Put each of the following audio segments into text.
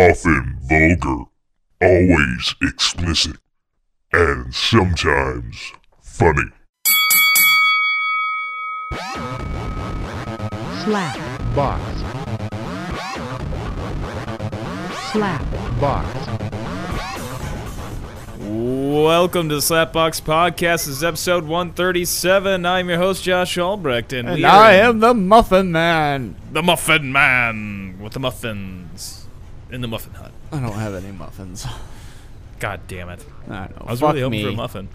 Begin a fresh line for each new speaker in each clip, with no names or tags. often vulgar, always explicit, and sometimes funny.
slap
box,
slap
box.
Welcome to the Slapbox Podcast. This is episode 137. I'm your host, Josh Albrecht. And, we
And
are
I
in
am the Muffin Man.
the Muffin Man with the muffins in the Muffin Hut.
I don't have any muffins.
God damn it.
I know.
I was
Fuck
really hoping
me.
for a muffin.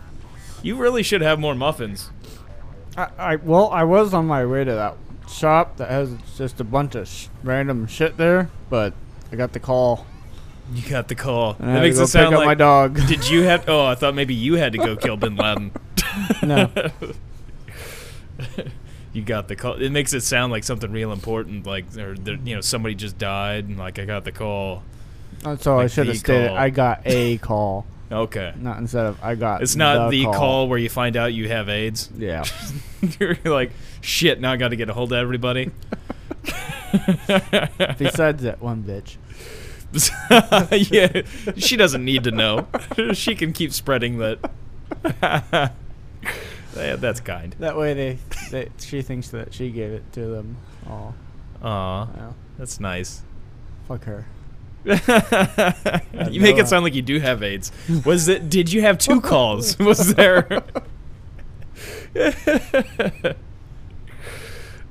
You really should have more muffins.
I, I well, I was on my way to that shop that has just a bunch of sh- random shit there, but I got the call.
You got the call.
I had
That
to
makes
go
it sound
pick up
like.
my dog.
Did you have. Oh, I thought maybe you had to go kill bin Laden.
no,
You got the call. It makes it sound like something real important, like or there- you know somebody just died, and like I got the call.
that's all I
Like
should
the
have stated.
call.
I got a call,
Okay,
not instead of I got.
it's not the,
the
call where you find out you have AIDS.
Yeah.
You're like, shit, now I got to get a hold of everybody.
Besides that one bitch.
yeah, she doesn't need to know. she can keep spreading that. Yeah, that's kind.
That way they, they she thinks that she gave it to them. Oh,
Aw,
well,
that's nice.
fuck her.
you make it sound like you do have AIDS. Was it? Did you have two calls? Was there?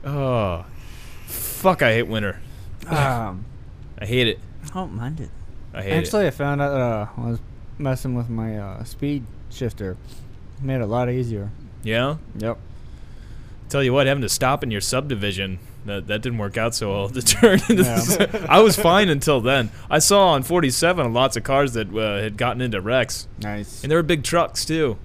oh, fuck! I hate winter.
Um,
I hate it.
I don't mind it.
I hate it.
Actually, I found out uh, I was messing with my uh, speed shifter. Made it a lot easier.
Yeah.
Yep.
Tell you what, having to stop in your subdivision, that, that didn't work out so well. To turn into
Yeah.
this- I was fine until then. I saw on 47 lots of cars that uh, had gotten into wrecks,
Nice.
and there were big trucks too.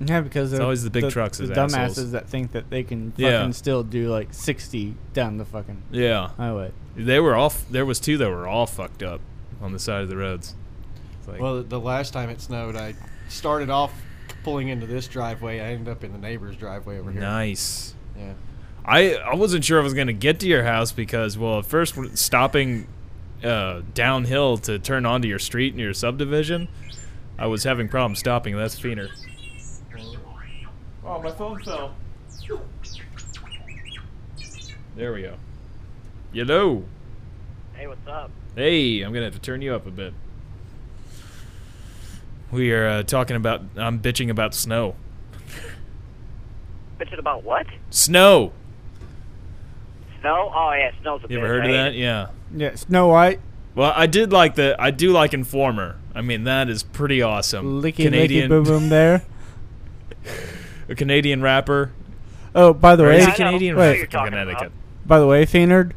Yeah, because they're
always the big trucks
the
as
dumbasses
assholes.
that think that they can fucking
Yeah.
still do like 60 down the fucking
Yeah,
Uh,
highway.
they were all. f- There was two that were all fucked up on the side of the roads. It's like,
Well, the last time it snowed, I started off pulling into this driveway. I ended up in the neighbor's driveway over here.
nice.
Yeah.
I I wasn't sure I was gonna get to your house because well, at first we're stopping uh, downhill to turn onto your street in your subdivision, I was having problems stopping. That's Feener. Oh, my phone fell. There we go. Hello.
Hey, what's up?
Hey, I'm gonna have to turn you up a bit. We are uh, talking about. I'm bitching about snow.
Bitching about what?
Snow.
Snow? Oh yeah, snow's a
You
bitch.
ever heard of
I hate
that?
it.
Yeah.
Yeah, Snow White.
Well, I did like the I do like Informer. I mean, that is pretty awesome.
Licky licky
Canadian
boom boom there.
a Canadian rapper.
Oh, by the
Or
way,
is he
I know.
Canadian
Wait.
or
You're
is he from
talking about.
Connecticut?
by the way, Feenard,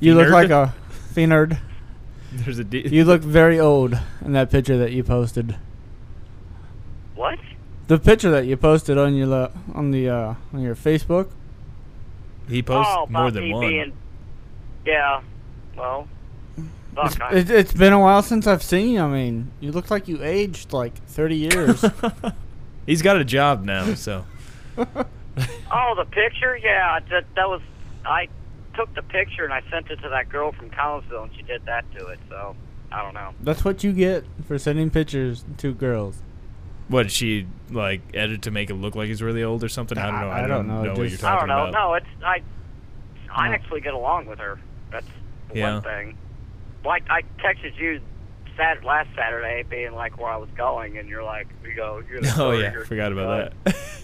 you look
Feenard?
like a Feenard.
There's a D-
You look very old in that picture that you posted.
What?
The picture that you posted on your le- on the uh, on your Facebook.
he posts
oh, about
more than
me
one.
Being, yeah. Well. Fuck. I,
It, it's been a while since I've seen you. I mean, you look like you aged like 30 years.
He's got a job now, so
oh, the picture. Yeah, that that was. I took the picture and I sent it to that girl from Collinsville, and she did that to it. So I don't know.
That's what you get for sending pictures to girls.
what did she like edit to make it look like he's really old or something? I don't
I-
know.
I don't know,
what you're
just-
talking
I don't know.
about.
No, it's I. I
No.
actually get along with her. That's the
Yeah.
one thing. Like I texted you. Sat last Saturday, being like where I was going, and you're like, we go. You're the
Oh
story,
yeah,
you're-
forgot
uh,
about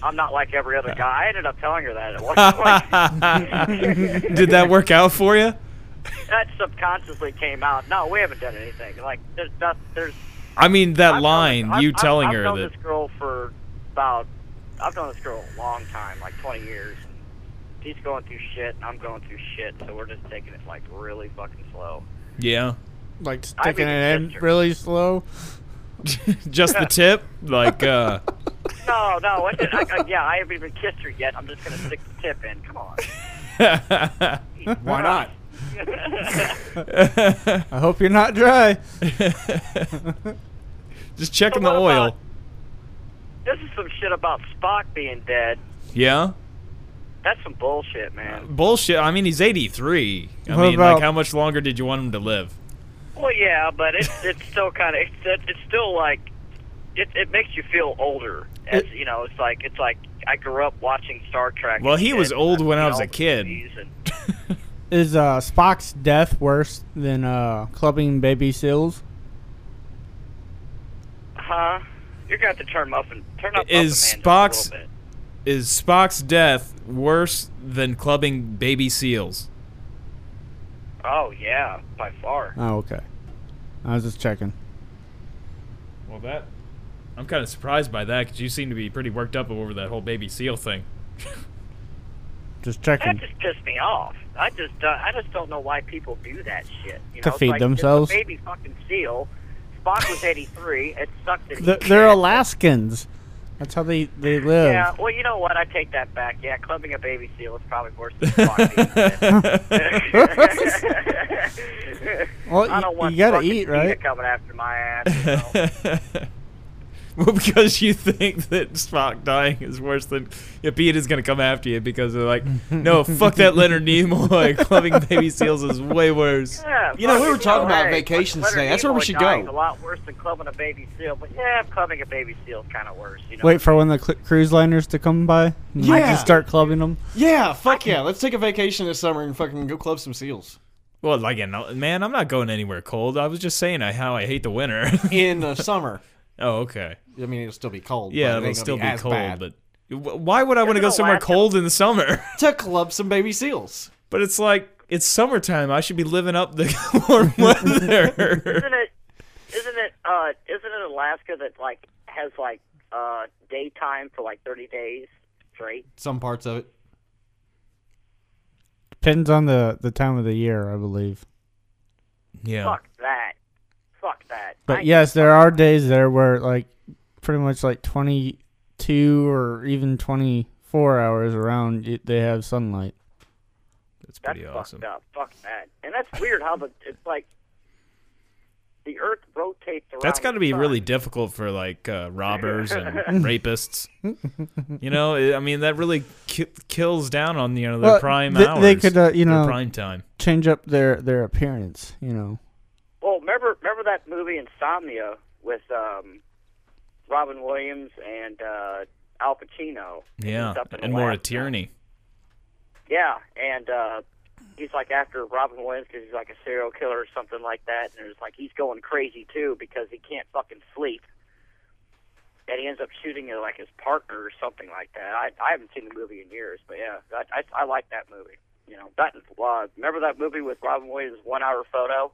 I'm not like every other guy. I ended up telling her that at one point.
that. did that work out for you?
that subconsciously came out. No, we haven't done anything. Like there's not, there's
I mean, that
I've known-
line
I've-
you
I've-
telling
I've
her
known
that
this girl for about I've known this girl a long time, like 20 years. She's going through shit, and I'm going through shit, so we're just taking it like really fucking slow.
yeah,
Like
I
sticking
mean,
it in
picture.
really slow.
just the tip, like uh,
No, no, what did, I, I- yeah, I haven't even kissed her yet. I'm just gonna stick the tip in. Come on.
Why not? I hope you're not dry.
just checking
So
the
what
oil.
about- This is some shit about Spock being dead.
yeah.
That's some bullshit, man.
Bullshit. I mean, he's 83. I
What
mean,
about-
like, how much longer did you want him to live?
Well, yeah, but it's it's still kind of it's it's still like it it makes you feel older. As you know, it's like it's like I grew up watching Star Trek.
Well,
as a
he was
kid,
old
I've
when I
seen
was
all
a
the
kid.
movies and-
Is uh, Spock's death worse than uh, clubbing baby seals?
huh? You're gonna have to turn him up and turn up.
Is
Muffin Man just
Spock's-
a little bit.
Is Spock's death worse than clubbing baby seals?
Oh yeah, by far.
Oh, okay. I was just checking.
Well, that I'm kind of surprised by that because you seem to be pretty worked up over that whole baby seal thing.
Just
That
checking.
just pissed me off. I just uh, I just don't know why people do that shit. You
To
know, it's
feed
like, it's a
themselves?
Baby fucking seal. Spock was 83. It sucked that he
Th- They're
did.
Alaskans. That's how they, they live.
Yeah, well, you know what? I take that back. Yeah, clubbing a baby seal is probably worse than fucking.
Well,
I
you-
don't want
you gotta
fucking
eat,
PETA
right?
coming after my ass. you know?
well, because you think that Spock dying is worse than if Pete is going to come after you because they're like, no, fuck that Leonard Nimoy. Clubbing baby seals is way worse.
Yeah,
You know, we were
fucking,
talking about
hey,
vacations
Leonard
today. That's where we
Nimoy
should
dying's
go.
A lot worse than clubbing a baby seal, but yeah, clubbing a baby seal is kind of worse. You know.
Wait for when the cl- cruise liners to come by. And yeah.
Yeah.
Just start clubbing them.
Yeah, fuck yeah. Let's take a vacation this summer and fucking go club some seals
Well, like, you know, man, I'm not going anywhere cold. I was just saying I- how I hate the winter.
in the summer.
oh, okay.
I mean, it'll still be cold.
Yeah,
but it
it'll
ain't gonna
still be,
as
cold,
bad.
but wh- why would I want to go
gonna
somewhere
laugh at-
cold in the summer?
to club some baby seals.
but it's like, it's summertime. I should be living up the warm weather.
isn't it? Isn't it? Uh, isn't it Alaska that like has like uh daytime for like 30 days straight?
Some parts of it.
Depends on the, the time of the year, I believe.
yeah.
Fuck that. Fuck that.
But
I-
yes, there are days there where like pretty much like 22 or even 24 hours around it, they have sunlight.
That's
That's
pretty awesome.
fucked up. Fuck that. And that's weird how the it's like the Earth rotates around.
That's got to
the
be
sun.
really difficult for like uh, robbers and rapists. You know, I- I mean that really ki- kills down on you know their
Well,
prime
they-
hours.
they could, uh, you
their
know-
prime time.
Change up their, their appearance, you know.
Well, remember remember that movie Insomnia with um, Robin Williams and uh, Al Pacino.
Yeah,
He's up in
and more a
Alaska.
tyranny.
Yeah, and uh, he's like after Robin Williams because he's like a serial killer or something like that, and it's like he's going crazy too because he can't fucking sleep, and he ends up shooting uh, like his partner or something like that. I I haven't seen the movie in years, but yeah, I I, I like that movie. You know, that uh, remember that movie with Robin Williams, One Hour Photo?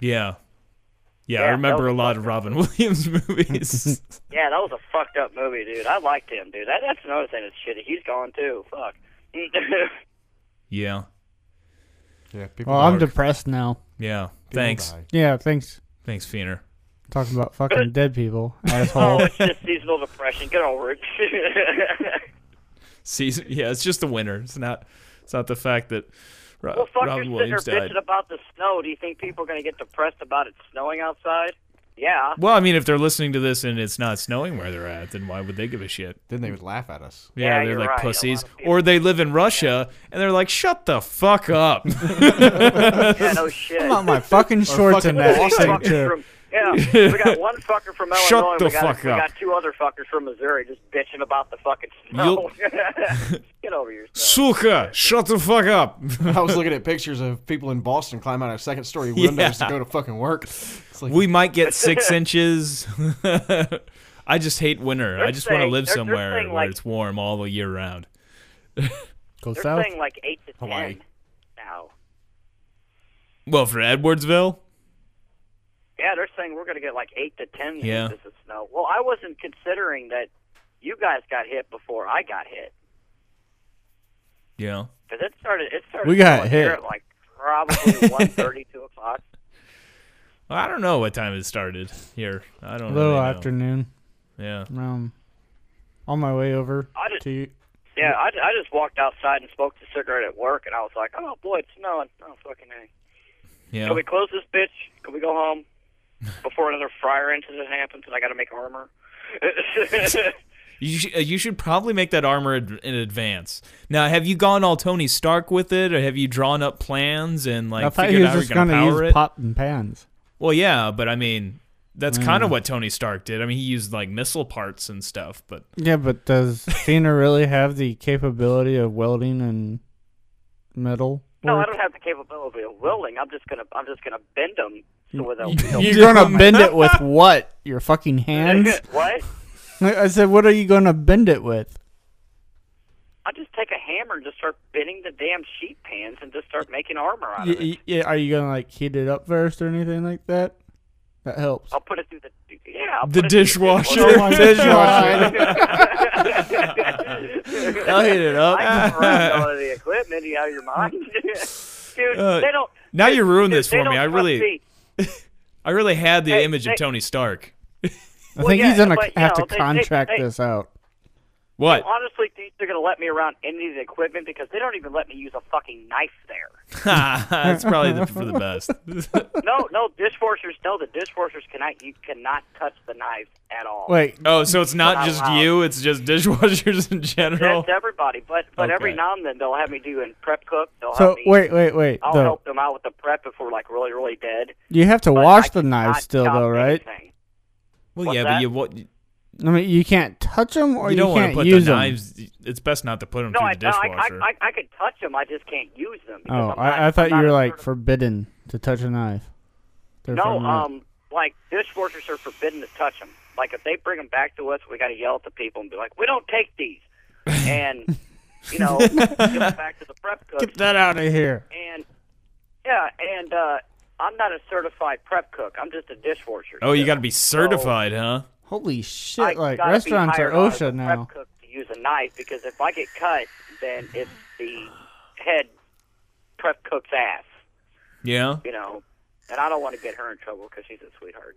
Yeah. yeah,
Yeah,
I
that
remember
was
a lot of Robin Williams movies.
Yeah, that was a fucked up movie, dude. I liked him, dude. That, that's another thing that's shitty. He's gone too. Fuck.
yeah,
Yeah, people.
Well, I'm depressed now.
yeah. Thanks,
Yeah, thanks.
thanks, Feener.
Talking about fucking dead people,
oh,
asshole.
it's just seasonal depression. Get over it.
Season. Yeah, it's just the winter. It's not. It's not the fact that Ro-
Well, fuck,
Robin
you're sitting
Williams
there
died.
bitching about the snow. Do you think people are going to get depressed about it snowing outside? Yeah.
Well, I mean, if they're listening to this and it's not snowing where they're at, then why would they give a shit?
Then they would laugh at us.
Yeah,
Yeah,
they're
you're
like
right. A lot
pussies.
of people-
Or they live in Russia and they're like, shut the fuck up.
Yeah, no shit.
Not my fucking shorts
fucking
in that
lost
thing
Fuckers
too.
from- yeah, we got one fucker from Illinois.
Shut the
we, got,
fuck
we
up.
got two other fuckers from Missouri just bitching about the fucking snow. Get over yourself.
Suka, shut the fuck up.
I was looking at pictures of people in Boston climb out of second story windows
Yeah.
to go to fucking work. It's like,
we might get six inches. I just hate winter. I just want to
saying-
live
they're- they're
somewhere
saying,
where
like-
it's warm all the year round.
Go
They're
south.
saying like 8 to 10
Hawaii.
now.
Well, for Edwardsville,
Yeah, they're saying we're going to get like 8 to 10
Yeah.
inches of snow. Well, I wasn't considering that you guys got hit before I got hit.
yeah.
Because it started, it started
We got
snowing here
hit.
at like probably one thirty, two o'clock.
I don't know what time it started here. I don't
Little
really know.
afternoon.
Yeah.
Um, on my way over
I did-
to
Yeah, I, I just walked outside and smoked a cigarette at work, and I was like, oh boy, it's snowing. Oh fucking a.
Yeah.
Can we close this bitch? Can we go home before another fryer incident happens and I got to make armor?
You should, uh, you should probably make that armor ad- in advance. Now, have you gone all Tony Stark with it, or have you drawn up plans and like
I thought he
figured
was
out how
just
you're gonna,
gonna
power
use
it?
pot and pans.
well, yeah, but I mean, that's kind
Mm.
of what Tony Stark did. I mean, he used like missile parts and stuff, but
Yeah, but does Cena really have the capability of welding and metal?
No, I
work?
don't have the capability of welding. I'm just gonna I'm just gonna bend them so where they'll. they'll-
You
You're gonna
don't-
bend it with what? Your fucking hands?
what?
I said, what are you gonna bend it with?
I just take a hammer and just start bending the damn sheet pans and just start making armor out
Y-
of it.
y- yeah, are you gonna like heat it up first or anything like that? That helps.
I'll put it through the yeah. I'll
the
put it through
dishwasher. I'll hit it
I can run
up.
all of the equipment. You out of your mind, dude?
Uh,
they don't.
now you ruined
dude,
this
they
for me.
don't
I
trust
really-
me.
I really had the
Hey,
image
hey.
of Tony Stark.
I think
yeah,
he's gonna
but, you
have
know,
to
they- they-
contract
they-
this out.
What?
honestly think they're gonna let me around any of the equipment because they don't even let me use a fucking knife there.
That's probably the, for the best.
No, no dishwashers. No, the dishwashers cannot. You cannot touch the knives at all.
Wait,
oh, so it's not
Wow,
just
wow.
you; it's just dishwashers in general.
That's everybody. But but every
Okay.
now and then they'll have me doing prep cook. They'll
so
have me,
wait, wait, wait.
I'll
Though
help them out with the prep if we're like really really dead.
you have to
but I
wash the
cannot
knives still,
chop
though, right?
anything.
Well,
What's
yeah, but
that?
you what? You
I mean, you can't touch them or you,
don't want
can't
to put the
use them.
knives. It's best not to put them
No,
through
I,
the
no I, I
dishwasher.
I I could touch them. I just can't use them. because
Oh,
I'm not-
I, I thought
I'm
you were
not
like
certi-
forbidden to touch a knife. They're
No,
forbidden.
um, like dishwashers are forbidden to touch them. Like if they bring them back to us, we got to yell at the people and be like, "We don't take these," and you know, give them back to the prep cook.
get that out of here.
And yeah, and uh, I'm not a certified prep cook. I'm just a dishwasher.
oh, you
So
got to be certified, huh?
Holy shit!
I
like
gotta be
restaurants are
hired on as
OSHA
a
now.
Prep cook to use a knife because if I get cut, then it's the head prep cook's ass.
Yeah.
You know. And I don't want to get her in trouble because she's a sweetheart.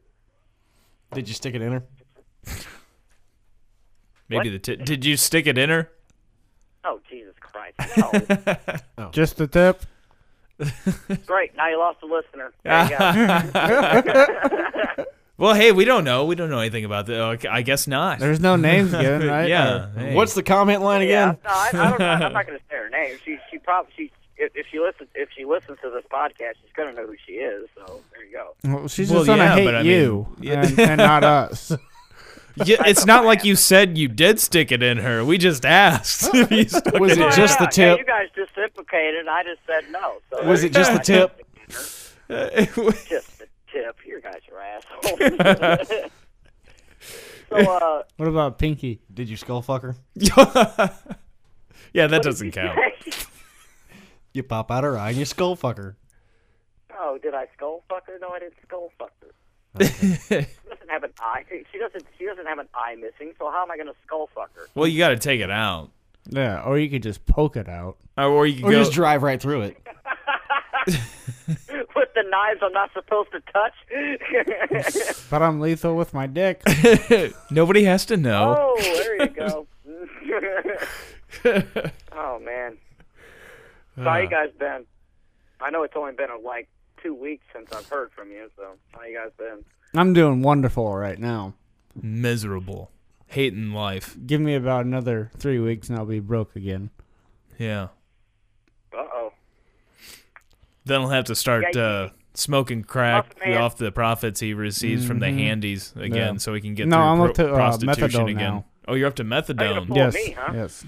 Did you stick it in her?
Maybe the tip. Did you stick it in her?
Oh Jesus Christ! No.
Just the tip.
Great. Now you lost a listener. There you go.
Well, hey, we don't know. We don't know anything about that. Oh, I guess not.
There's no names given, right? Uh,
yeah. hey.
What's the comment line
Yeah,
again?
no, I, I don't, I'm not going to say her name. She she probably she if, if she listens if she listens to this podcast, she's going to know who she is. So there you go.
Well, she's
Well,
just gonna
yeah,
hate
but I
you
mean- Yeah.
and, and not us.
Yeah, it's not like you said you did stick it in her. We just asked. if you stuck
Was
it
it
in
just
yeah,
the tip?
uh, Yeah, you guys just implicated, and I just said no. So
Was it just the tip?
her.
Just the tip. You guys are assholes. so uh,
what about Pinky?
Did you skull fuck her?
yeah, that doesn't count.
You pop out her eye and you skull fuck her.
oh, did I skull fuck her? No, I didn't skull fuck her. she doesn't have an eye. She doesn't. She doesn't have an eye missing. So how am I going to skull fuck her?
Well, you got to take it out,
Yeah, or you could just poke it out.
or, or you
Or
can
you
go.
just drive right through it.
with the knives I'm not supposed to touch.
But I'm lethal with my dick.
Nobody has to know.
oh, there you go. oh man, so how you guys been? I know it's only been uh, like two weeks since I've heard from you. So how you guys been?
I'm doing wonderful right now.
Miserable, hating life.
Give me about another three weeks and I'll be broke again.
Yeah.
Uh oh.
Then he'll have to start
Yeah, you-
uh, smoking crack
Muffin Oh, Man.
off the profits he receives from the handies again,
Mm-hmm. Yeah.
so he can get
No,
through
I'm up
pro-
to, uh,
prostitution
methadone
again.
now.
Oh, you're up to
you
methadone.
gonna
yes,
me, huh?
yes.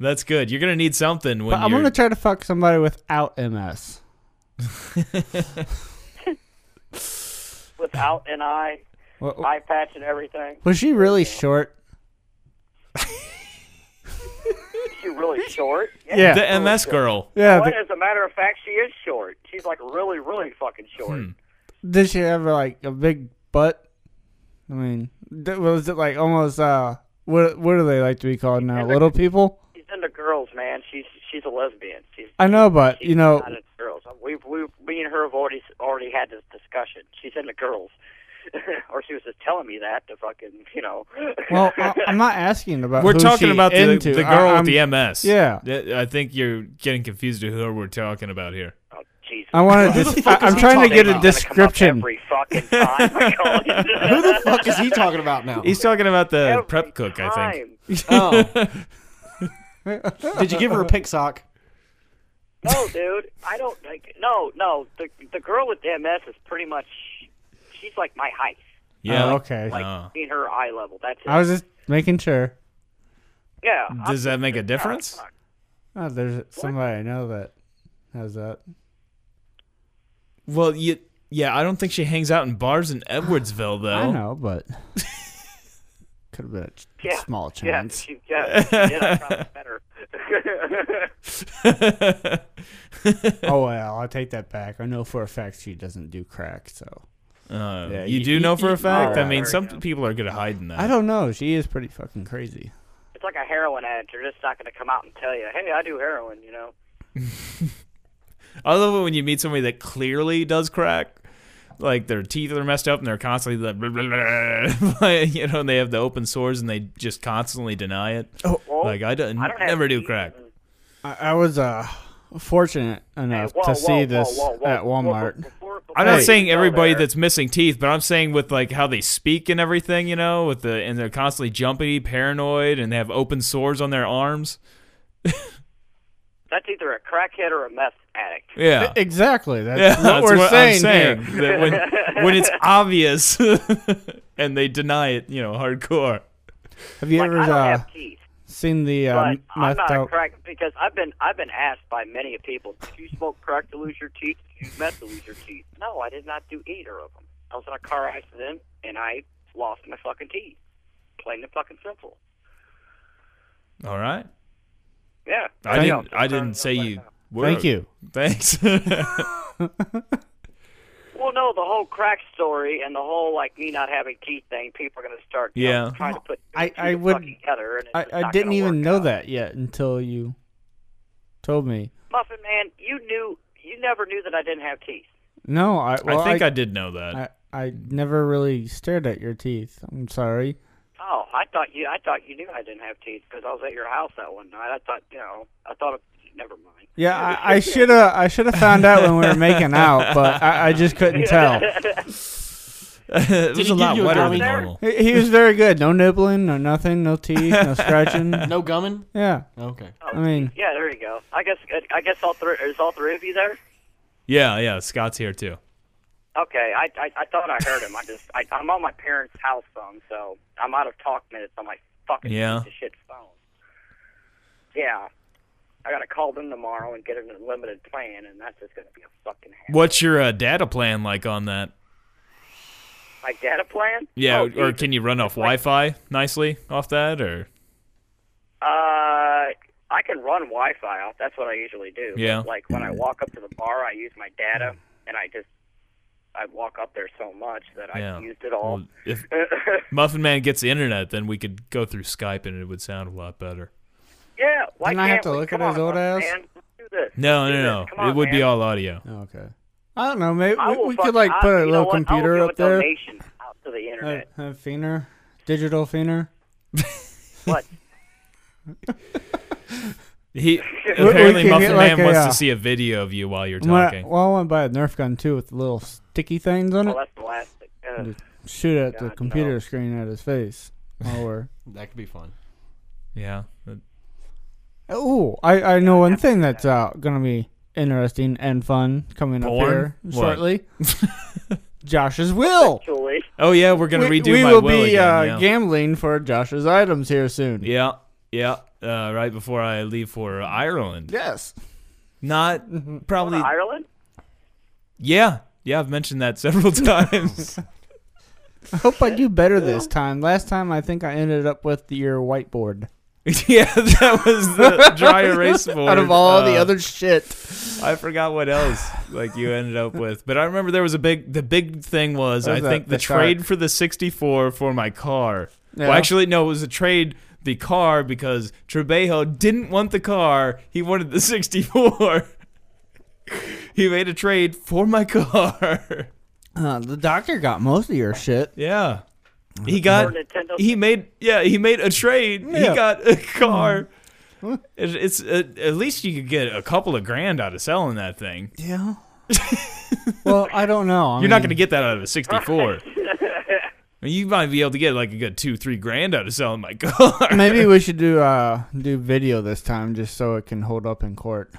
That's good. You're gonna need something when
But I'm
you're.
gonna try to fuck somebody without MS.
Without an eye,
Wa-
eye patch and everything.
Was she really short?
She's really short.
Yeah.
the MS girl.
Yeah.
Well,
th-
as a matter of fact, she is short. She's like really, really fucking short.
Hmm. did she have like a big butt? I mean, th- was it like almost uh what what do they like to be called now?
Never-
Little people?
She's into girls, man. She's she's a lesbian. She's
I know, but
She's
you know,
not into girls. We we me and her have already already had this discussion. She's into girls, or she was just telling me that to fucking you know.
well, I, I'm not asking about.
We're
who
talking
she
about the,
into.
the
I,
girl
I'm-
with the MS.
yeah.
Th- I think you're getting confused to who we're talking about here.
oh, Jesus
I want to. Dis- I- I'm
He
trying to
talks
get a
about it's gonna come up
description.
Every fucking time.
Who the fuck is he talking about now?
He's talking about the
Every
prep cook, I think.
time.
Oh. Did you give her a pink sock?
No, dude, I don't like. No, no, the the girl with MS is pretty much. She's like my height.
Yeah.
Oh, okay.
Like
Oh.
me and her eye level. That's it.
I was just making sure.
yeah. I'm-
Does that make a difference?
Oh, there's somebody I know that has that.
Well, you, yeah, I don't think she hangs out in bars in Edwardsville, though.
I know, but could have Oh. been a ch-
Yeah,
small
Yeah,
chance.
she, yeah, yeah, probably better.
Oh well, I'll take that back. I know for a fact she doesn't do crack, so
Uh,
Yeah,
you
you-
do
you-
know for
you-
a fact. I
Alright.
mean,
There
some
we go.
people are good at hiding that.
I don't know. She is pretty fucking crazy.
it's like a heroin addict. They're just not going to come out and tell you, "Hey, I do heroin." You know.
I love it when you meet somebody that clearly does crack. Like their teeth are messed up and they're constantly like, blah, blah, blah, like, you know, and they have the open sores and they just constantly deny it. Oh,
Well,
like I don't,
I don't have
never do
teeth
crack.
and-
I, I was uh fortunate
Hey,
enough
whoa,
to
whoa,
see
whoa,
this
whoa, whoa,
at
whoa, whoa,
Walmart.
before- before
I'm
you
not saying
go
everybody
there,
that's missing teeth, but I'm saying with like how they speak and everything, you know, with the and they're constantly jumpy, paranoid, and they have open sores on their arms.
that's either a crackhead or a meth addict.
Yeah,
Exactly. That's
yeah,
what
that's
we're
what
saying,
I'm saying.
here.
That when when it's obvious and they deny it, you know, hardcore.
Have you
Like,
ever
I don't
uh,
have teeth.
seen the uh,
but I'm
messed
not a
out?
crack because I've been I've been asked by many people, did you smoke crack to lose your teeth? Did you meth to lose your teeth? No, I did not do either of them. I was in a car accident and I lost my fucking teeth. Plain and fucking simple.
All right.
Yeah.
I
Thank-
didn't. I didn't say you. Were.
Thank you.
Thanks.
Well, no, the whole crack story and the whole like me not having teeth thing, people are going to start you know,
Yeah.
trying to put two
I-
and two
I
to
would-
fucking together. And it's
I,
just
I
not
didn't
gonna
even
work
know
out.
that yet until you told me.
Muffin man, you knew you never knew that I didn't have teeth.
No, I well,
I think I, did know that.
I, I never really stared at your teeth. I'm sorry.
Oh, I thought you. I thought you knew I didn't have teeth because I was at your house that one night. I thought, you know, I thought. It, never mind.
Yeah, I, I should have I should have found out when we were making out, but I, I just couldn't tell.
it
he
was a
give
lot
you a
wetter than
gummy?
normal.
He, he was very good. No nibbling, no nothing, no teeth, no scratching.
No gumming?
Yeah,
Okay.
I mean,
Yeah, there you go. I guess. I guess all three is all three of you there.
Yeah, yeah. Scott's here too.
Okay, I I, I thought I heard him. I just I, I'm on my parents' house phone, so I'm out of talk minutes on my fucking
Yeah.
piece of shit phone. Yeah, I gotta call them tomorrow and get an unlimited plan, and that's just gonna be a fucking. Hassle.
What's your uh, data plan like on that?
My data plan?
Yeah,
Oh,
or
Jesus.
can you run off Wi-Fi nicely off that? Or
Uh, I can run Wi-Fi off. That's what I usually do.
Yeah.
Like when I walk up to the bar, I use my data, and I just I walk up there so much that I
yeah,
have used it all.
Well, if Muffin Man gets the internet, then we could go through Skype and it would sound a lot better.
yeah. Why
Didn't
can't
I have to
we?
look
Come
at his
on,
old
man.
ass?
Let's Do this.
No,
Let's
no,
do this.
no.
Come
it
on,
would be
man.
all audio.
okay. I don't know. Maybe
Oh, I
we,
will
we
fucking-
could like
I-
put a
you know
little
what?
computer
I will
up there.
give a donation out to the internet.
Have, have Feener, digital Feener.
What?
He
we
apparently
can
Muffin
get
Man
like a,
wants
uh,
to see a video of you while you're
I'm gonna-
talking.
well, I want to buy a Nerf gun too with the little sticky things on it.
Well, that's plastic. Uh,
Shoot at the
Oh, God,
computer
no.
screen at his face. While we're
That could be fun.
Yeah.
oh, I I know one thing that's uh, gonna be interesting and fun coming
Porn?
up here
What?
shortly. Josh's will.
actually,
Oh yeah, we're gonna
we
redo
we
my
will
will
be
again,
uh,
yeah.
gambling for Josh's items here soon.
Yeah, yeah. Uh, right before I leave for Ireland.
Yes. Mm-hmm.
Not probably.
Ireland.
Yeah, yeah. I've mentioned that several times.
I hope I do better this time. Last time I think I ended up with your whiteboard.
yeah, that was the dry erase board.
Out of all the
Uh,
other shit.
I forgot what else like you ended up with, but I remember there was a big. The big thing was,
What
I
was that?
think the,
The car.
trade for the '64 for my car.
Yeah.
Well, actually, no, it was a trade. The car because Trebejo didn't want the car; he wanted the '64. he made a trade for my car.
Uh, the doctor got most of your shit.
Yeah. He got
Nintendo-
he made yeah, he made a trade.
Yeah. Hmm.
He got a car. It, it's uh, at least you could get a couple of grand out of selling that thing.
Yeah. Well, I don't know. I
You're not
mean,
going to get that out of a 64. I mean, you might be able to get like a good two, three grand out of selling my car.
Maybe we should do uh do video this time just so it can hold up in court.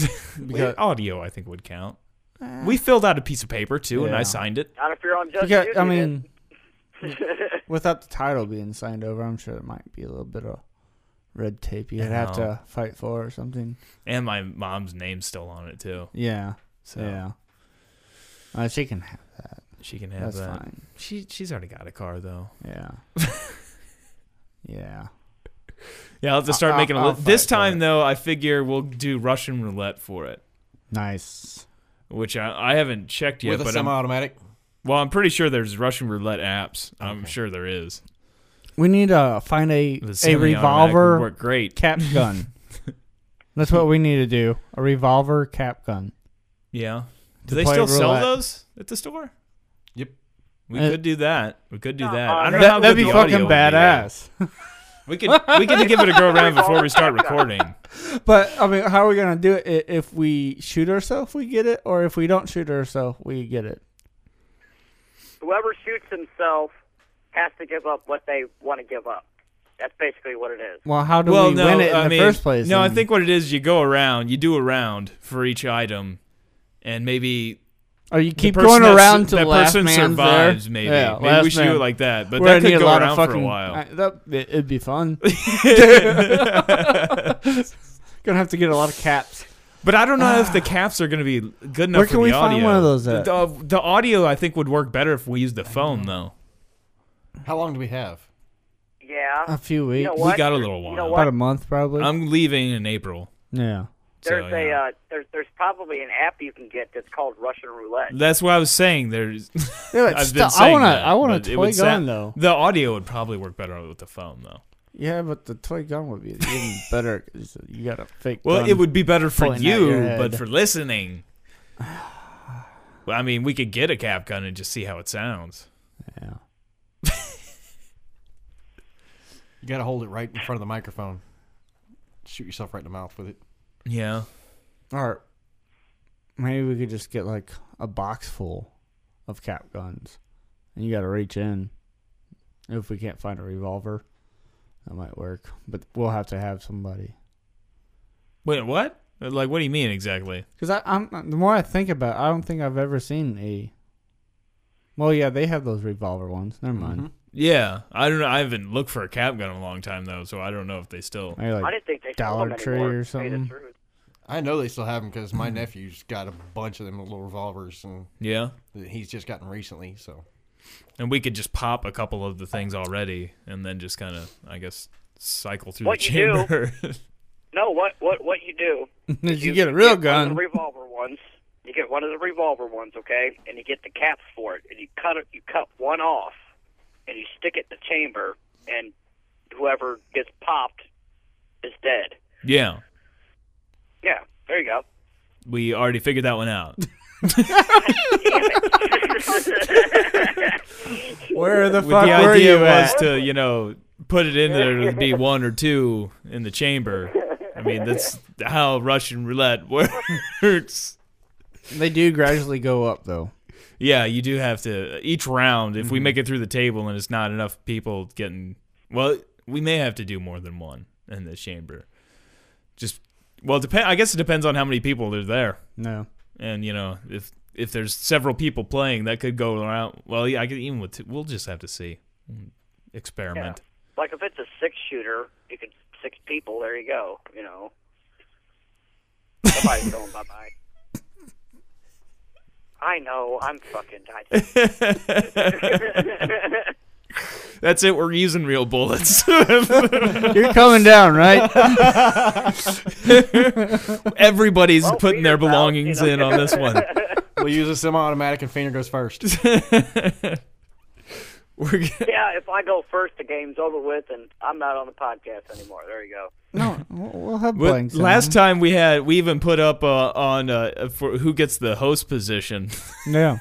uh,
Because audio, I think, would count.
eh,
We filled out a piece of paper too, and
Yeah.
I signed it.
Not if you're on Judge
Because
Judy.
I
then.
mean, without the title being signed over, I'm sure it might be a little bit of red tape you'd have
No.
to fight for or something.
And my mom's name's still on it too,
Yeah.
so
Yeah. Uh, she can have that.
she can have
That's
that.
fine.
She she's already got a car though.
Yeah. yeah.
Yeah, I'll have to start
I'll-
making a
I'll
list. This
fight for
time
it.
though, I figure we'll do Russian roulette for it,
Nice.
which I, I haven't checked yet.
with a
but I'm,
semi-automatic.
well, I'm pretty sure there's Russian roulette apps. I'm sure there is.
We need to find a
The
a
semi-automatic would
revolver
work great.
cap gun. That's what we need to do. A revolver cap gun.
Yeah.
to
Do they
play
still sell
roulette.
those at the store?
Yep.
We
Uh,
could do that. We could do that. I don't know how
That, that'd
good
be
the audio
fucking
would though.
badass.
We could we could give it a go around before we start recording.
But I mean, how are we gonna do it I- if we shoot ourselves? We get it, or if we don't shoot ourselves, we get it.
whoever shoots himself has to give up what they want to give up. That's basically what it is.
Well, how do
well,
we
no,
win it in
I
the
mean,
first place?
No, I
then?
think what it is, you go around, you do a round for each item, and maybe
Or Oh, you keep
the person
going
that's-
around to
that
the last
person
man's
survives.
there.
Maybe
Yeah,
maybe we
last
should do
man.
it like that, but
We're
that
gonna need
could
a
go
lot
around
of fucking,
for a while.
I- that, it, it'd be fun. Gonna have to get a lot of caps.
But I don't know if the caps are going to be good enough
Where
for
can
the
we
audio.
find one of those at?
The, the audio, I think, would work better if we used the phone, though.
How long do we have?
Yeah.
A few
you
weeks,
know
We
what?
got a little
You
while.
know
about
what?
a month probably.
I'm leaving in April.
yeah.
so,
There's a
yeah.
uh, there's there's probably an app you can get that's called Russian roulette.
That's what I was saying. There's.
Yeah,
I've
it's
been
still- I
saying
want to.
that,
I want
but
a
it
toy gun
would sound-
though.
The audio would probably work better with the phone, though.
Yeah, but the toy gun would be even better 'cause you got a fake.
Well,
gun.
it would be better for
pulling out your
you,
head.
but for listening. Well, I mean, we could get a cap gun and just see how it sounds.
Yeah.
You got to hold it right in front of the microphone. Shoot yourself right in the mouth with it.
Yeah.
Or maybe we could just get like a box full of cap guns, and you got to reach in. If we can't find a revolver, that might work. But we'll have to have somebody.
Wait, what? Like, what do you mean exactly?
Because I'm uh, the more I think about, it, I don't think I've ever seen a. Well, yeah, they have those revolver ones. Never mind.
Mm-hmm.
Yeah, I don't know. I haven't looked for a cap gun in a long time though, so I don't know if they still.
Maybe, like,
I didn't think they sold
Dollar
them
Tree
anymore,
or
to tell you the
something.
truth.
I know they still have them because my nephew's got a bunch of them little revolvers and
Yeah,
that he's just gotten recently. So
and we could just pop a couple of the things already, and then just kind of, I guess, cycle through
What
the
you do-
chamber.
No, what what what you do?
you, get a real
one of
gun.
the revolver ones. You get one of the revolver ones, okay, and you get the caps for it, and you cut it. You cut one off, and you stick it in the chamber, and whoever gets popped is dead.
yeah,
Yeah, there you go.
we already figured that one out.
Where the
But
fuck
the
were
idea
you
was
at?
to, you know, put it in there to be one or two in the chamber. I mean, that's how Russian roulette works.
They do gradually go up though.
Yeah, you do have to each round. If we
Mm-hmm.
make it through the table and it's not enough people getting, well, we may have to do more than one in this chamber. Just well, depend. I guess it depends on how many people are there,
No.
and you know, if if there's several people playing, that could go around. Well, yeah, I could even with. Two, we'll just have to see. Experiment.
Like if it's a six shooter, you could six people. There you go. You know, somebody's going bye bye. I know. I'm fucking. I,
That's it. We're using real bullets.
You're coming down, right?
Everybody's putting their
Peter's out,
belongings
you know.
in on this one.
we'll use a semi-automatic and Fainer goes first.
We're g-
yeah, if I go first, the game's over with, and I'm not on the podcast anymore. There you go.
no, we'll have
Well,
blanks. in
last
them.
time we had, we even put up uh, on uh, for who gets the host position.
Yeah.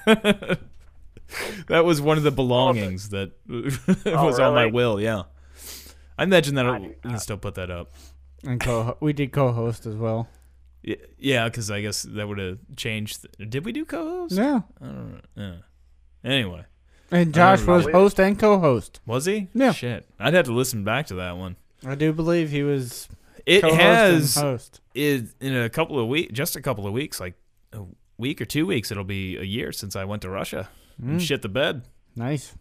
that was one of the belongings that was on my
Oh, really?
will. Yeah, I imagine that we can still put that up.
And co we did co host as well.
Y- Yeah, because I guess that would have changed. th- Did we do co-host?
Yeah.
I don't know. Yeah. Anyway,
And Josh was
remember.
host and co-host.
was he?
Yeah.
Shit, I'd have to listen back to that one.
I do believe he was
It
co-host
has
and host.
is in a couple of weeks, just a couple of weeks, like a week or two weeks. It'll be a year since I went to Russia and shit the bed.
Nice.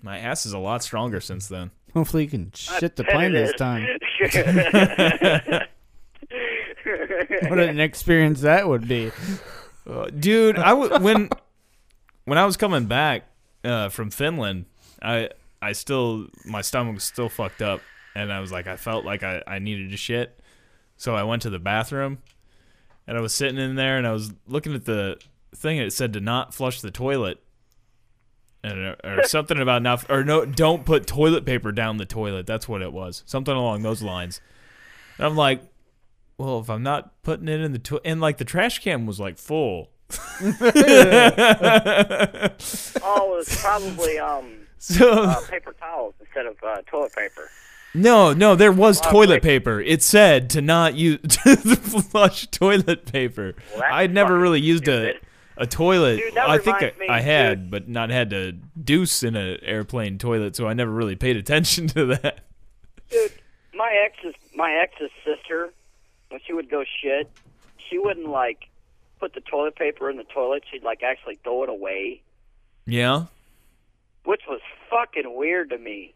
My ass is a lot stronger since then.
Hopefully you can shit the plane this time. What an experience that would be.
Uh, dude, I w- when when I was coming back uh, from Finland, I I still my stomach was still fucked up, and I was like I felt like I I needed to shit, so I went to the bathroom, and I was sitting in there and I was looking at the thing and it said to not flush the toilet. And, uh, or something about not or no don't put toilet paper down the toilet that's what it was something along those lines and i'm like well if i'm not putting it in the to- and like the trash can was like full
oh, it was probably um,
So
uh, paper towels instead of uh, toilet paper.
no, no, there was toilet
like-
paper. It said to not use to flush toilet paper.
Well, that's
I'd never
fucking
really used a
stupid.
a toilet.
Dude, that
I think I,
reminds me,
I had, but not had to deuce in an airplane toilet, so I never really paid attention to that.
Dude, my ex's my ex's sister, when she would go shit, she wouldn't like put the toilet paper in the toilet. She'd like actually throw it away,
Yeah.
which was fucking weird to me.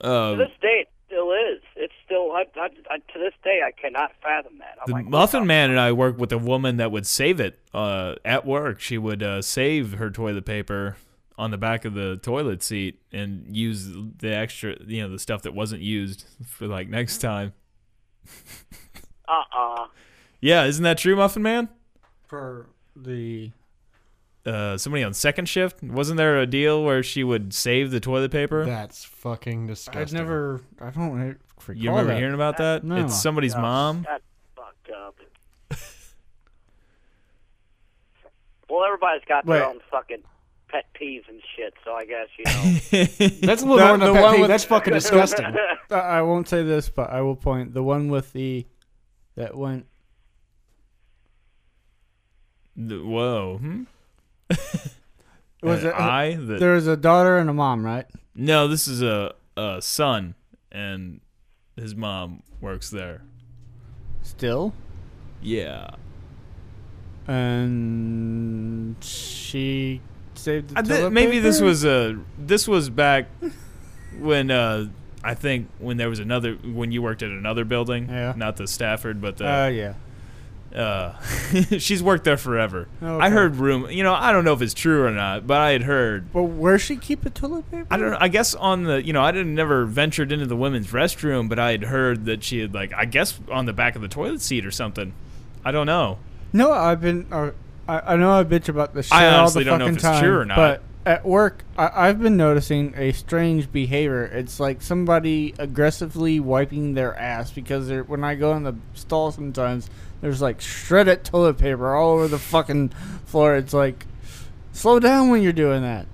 To
Uh,
this day, it still is. It's still I, I, I, to this day I cannot fathom that. I'm
the
like,
Muffin
what
Man and I worked with a woman that would save it uh, at work. She would uh, save her toilet paper on the back of the toilet seat and use the extra, you know, the stuff that wasn't used for like next time.
the- Uh-uh.
Yeah, isn't that true, Muffin Man?
For the
Uh, somebody on second shift wasn't there a deal where she would save the toilet paper?
That's fucking disgusting.
I've never I don't re- recall
you remember
that.
hearing about that?
No.
It's somebody's mom.
That's fucked up. well, everybody's got their
Wait.
own fucking pet peeves and shit, so I guess you know.
That's a little more than
the
a pet
one
peeve.
with-
That's fucking disgusting.
Uh, I won't say this, but I will point the one with the that went
Th- Whoa. Hmm?
was
An
it uh,
I? The,
there was a daughter and a mom, right?
no, this is a, a son, and his mom works there.
Still.
Yeah.
And she saved the
I thi-
toilet
maybe this
paper?
was a this was back when uh, I think when there was another when you worked at another building,
Yeah.
not the Stafford, but the
uh yeah.
uh, she's worked there forever.
Okay.
I heard room. You know, I don't know if it's true or not, but I had heard.
But where she keep the toilet paper?
I don't. know. I guess on the you know I didn't never ventured into the women's restroom, but I had heard that she had like I guess on the back of the toilet seat or something. I don't know.
No, I've been. Uh, I, I know I bitch about this shit
I
all
honestly
the
don't know
fucking
if it's
time.
true or not.
But at work, I, I've been noticing a strange behavior. It's like somebody aggressively wiping their ass because they're, when I go in the stall sometimes, there's like shredded toilet paper all over the fucking floor. It's like, slow down when you're doing that.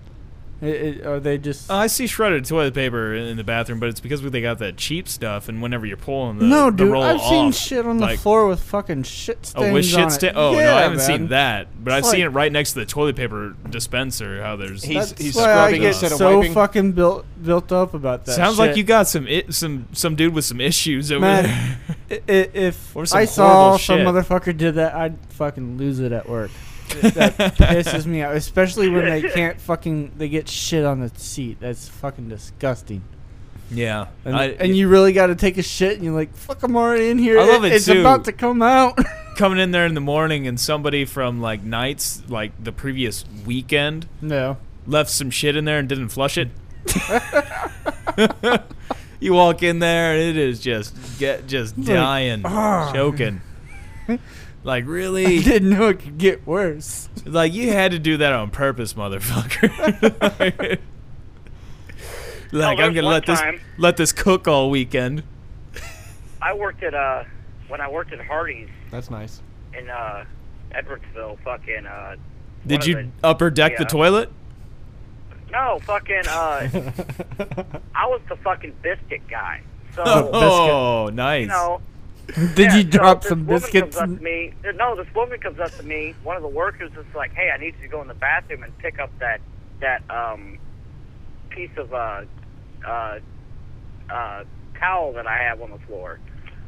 It, it, are they just.
Uh, I see shredded toilet paper in in the bathroom, but it's because they got that cheap stuff, and whenever you're pulling the
no,
the
dude.
roll
I've seen
off,
shit on
like-
the floor with fucking shit stains.
Oh, with
on
shit
it.
sta- Oh no,
Yeah,
I haven't
man.
seen that, but I've
It's
seen it
like-
right next to the toilet paper dispenser. How there's
He's,
That's
he's
why I
scrubbing
get
instead of
so
wiping.
fucking built built up about that.
Sounds like
shit.
you got some I- some some dude with some issues over there.
Man, i- i- if
Or some
I saw
horrible
some
shit.
motherfucker did that, I'd fucking lose it at work. That pisses me out, especially when they can't fucking they get shit on the seat. That's fucking disgusting.
Yeah,
And,
I,
and you really got to take a shit, and you're like, "Fuck, I'm already in here.
I love it,
It's
too.
about to come out."
coming in there in the morning, and somebody from like nights like the previous weekend
no,
left some shit in there and didn't flush it. you walk in there and it is just get just dying,
ah.
choking. Like really,
didn't know it could get worse.
Like you had to do that on purpose, motherfucker. like I'm
there's
gonna
Oh, one
let this
time-
let this cook all weekend.
I worked at uh when I worked at Hardee's
That's nice.
in uh Edwardsville, fucking uh
Did
of
you
the-
upper deck the
yeah.
toilet?
no, fucking uh I was the fucking biscuit guy. So
Oh, nice.
you know
Did you
Yeah, so
drop
this
some
woman
biscuits?
Comes up
in-
to me. No, this woman comes up to me. One of the workers is like, "Hey, I need you to go in the bathroom and pick up that that um piece of uh uh uh towel that I have on the floor."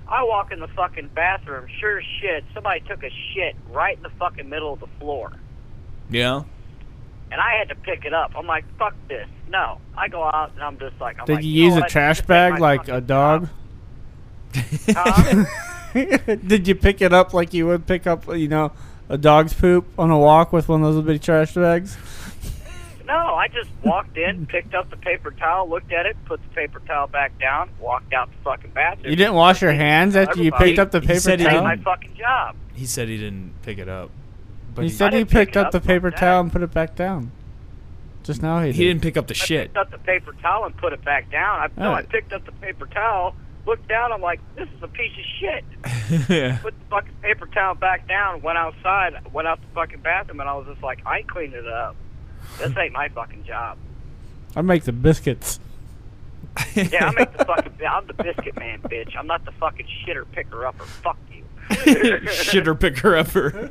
I walk in the fucking bathroom. Sure as shit, somebody took a shit right in the fucking middle of the floor,
Yeah.
and I had to pick it up. I'm like, "Fuck this." No, I go out and I'm just like, I'm
Did
like,
you
know
use a
what?
trash
Just take
bag
my
like a
fucking
dog?
top, huh?
Did you pick it up like you would pick up, you know, a dog's poop on a walk with one of those little big trash bags?
No, I just walked in, picked up the paper towel, looked at it, put the paper towel back down, walked out the fucking bathroom.
You didn't wash your hands after you picked up the
He
paper
said he
That's
towel.
my
didn't.
fucking job.
He said he didn't pick it up.
But
he
he,
said
I
he
didn't pick
picked
it
up
up
the
like
paper
that.
towel and put it back down. Just now he,
He didn't pick up the shit.
Picked up the paper towel and put it back down. I, no, I
Alright.
picked up the paper towel, looked down. I'm like, this is a piece of shit.
yeah.
Put the fucking paper towel back down. Went outside, went out the fucking bathroom, and I was just like, I ain't cleaned it up. This ain't my fucking job.
I make the biscuits.
Yeah, I make the fucking. I'm the biscuit man, bitch. I'm not the fucking shitter picker upper. Fuck you.
Shitter picker upper.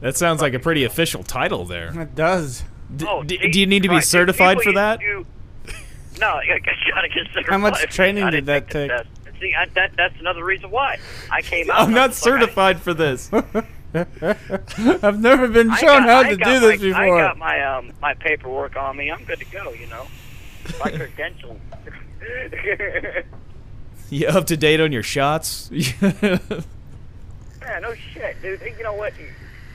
That sounds like a pretty official title there.
It does.
D-
Oh,
d-
Jesus
do you need to be
Christ. If
certified
people
for
used
that?
to- no, I I gotta get certified.
How much
for that.
training
I
did
didn't
that
the
take?
test. See, I, that, that's another reason why I came out.
I'm not
Fuck, I-
certified for this.
I've never been
I
shown
got-
how
I
to
got
do this
my-
before.
I got my um my paperwork on me. I'm good to go. You know, my credentials.
You up to date on your shots?
yeah, no shit, dude. You know what?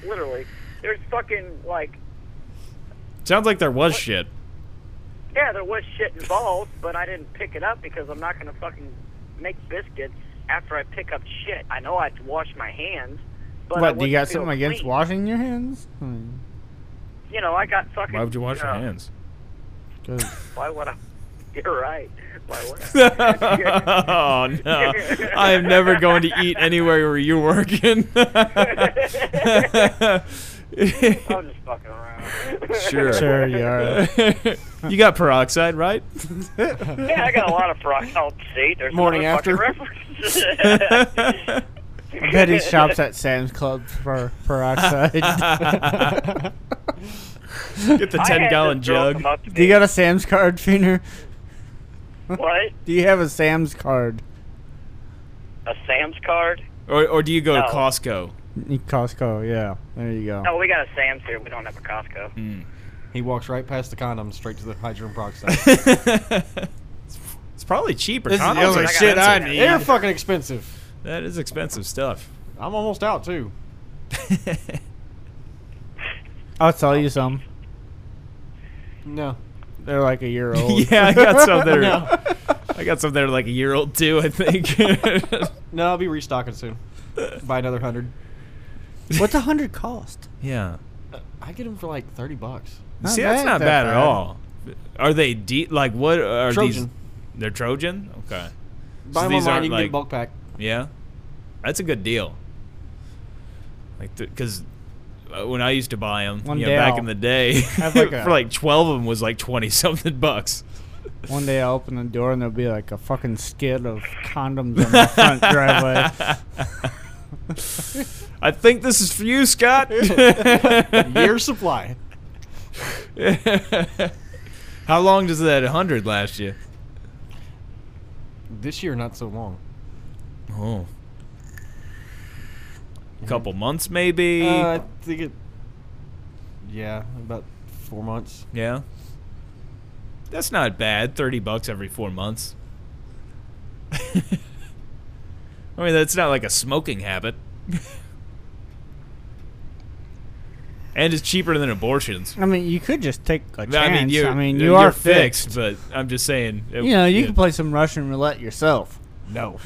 Literally, there's fucking like
Sounds like there was shit.
Yeah, there was shit involved, but I didn't pick it up because I'm not gonna fucking make biscuits after I pick up shit. I know I have to wash my hands, but I
what? Do you
wouldn't
got
feel
something against
clean.
washing your hands? Hmm.
You know, I got fucking.
Why would you wash your
uh,
hands?
'Cause-
Why would I? You're right. Why would I?
oh no! I am never going to eat anywhere where you're working.
I'm just fucking around.
sure.
sure you are.
you got peroxide, right?
yeah, I got a lot of frock. Oh, see, there's
Morning
another fucking reference.
I bet he shops at Sam's Club for peroxide.
Get the
I had
ten
this
gallon
girl
jug.
come up to
do you
me-
got a Sam's card, Feener?
what?
Do you have a Sam's card?
A Sam's card?
Or, or do you go to
No.
Costco?
Costco, yeah. There you go.
Oh.
No, we got a Sam's here. We don't have a Costco.
Mm.
he walks right past the condom straight to the hydrogen peroxide.
It's probably cheaper.
This is the
Oh,
Condoms
only
are
shit I
expensive.
need.
They're fucking expensive.
That is expensive stuff.
I'm almost out too.
I'll sell you some.
No.
They're like a year old.
yeah, I got some that are. I got some that are like a year old too. I think.
No, I'll be restocking soon. Buy another hundred.
What's a hundred cost?
yeah.
I get them for like thirty bucks.
Not
See, that's
bad,
not
that
bad, at
bad.
all. Are they de- like what are these?
Trojan.
They're Trojan. Okay.
Buy them
these
online.
aren't
You can get
like-
a bulk pack.
Yeah, that's a good deal. Like, because when I used to buy them,
One
you know,
day
back
I'll
in the day,
have like a-
for like twelve of them was like twenty something bucks.
One day I'll open the door and there'll be like a fucking skid of condoms on my front driveway.
I think this is for you, Scott.
Year supply.
How long does that hundred last you?
This year, not so long.
Oh, a couple months maybe.
Uh, I think it. Yeah, about four months.
Yeah. That's not bad. 30 bucks every 4 months. I mean, that's not like a smoking habit. and it's cheaper than abortions.
I mean, you could just take a chance.
I mean, you
I mean,
you're
you are
fixed,
fixed.
but I'm just saying. it-
You know, you
it-
can play some Russian roulette yourself.
No.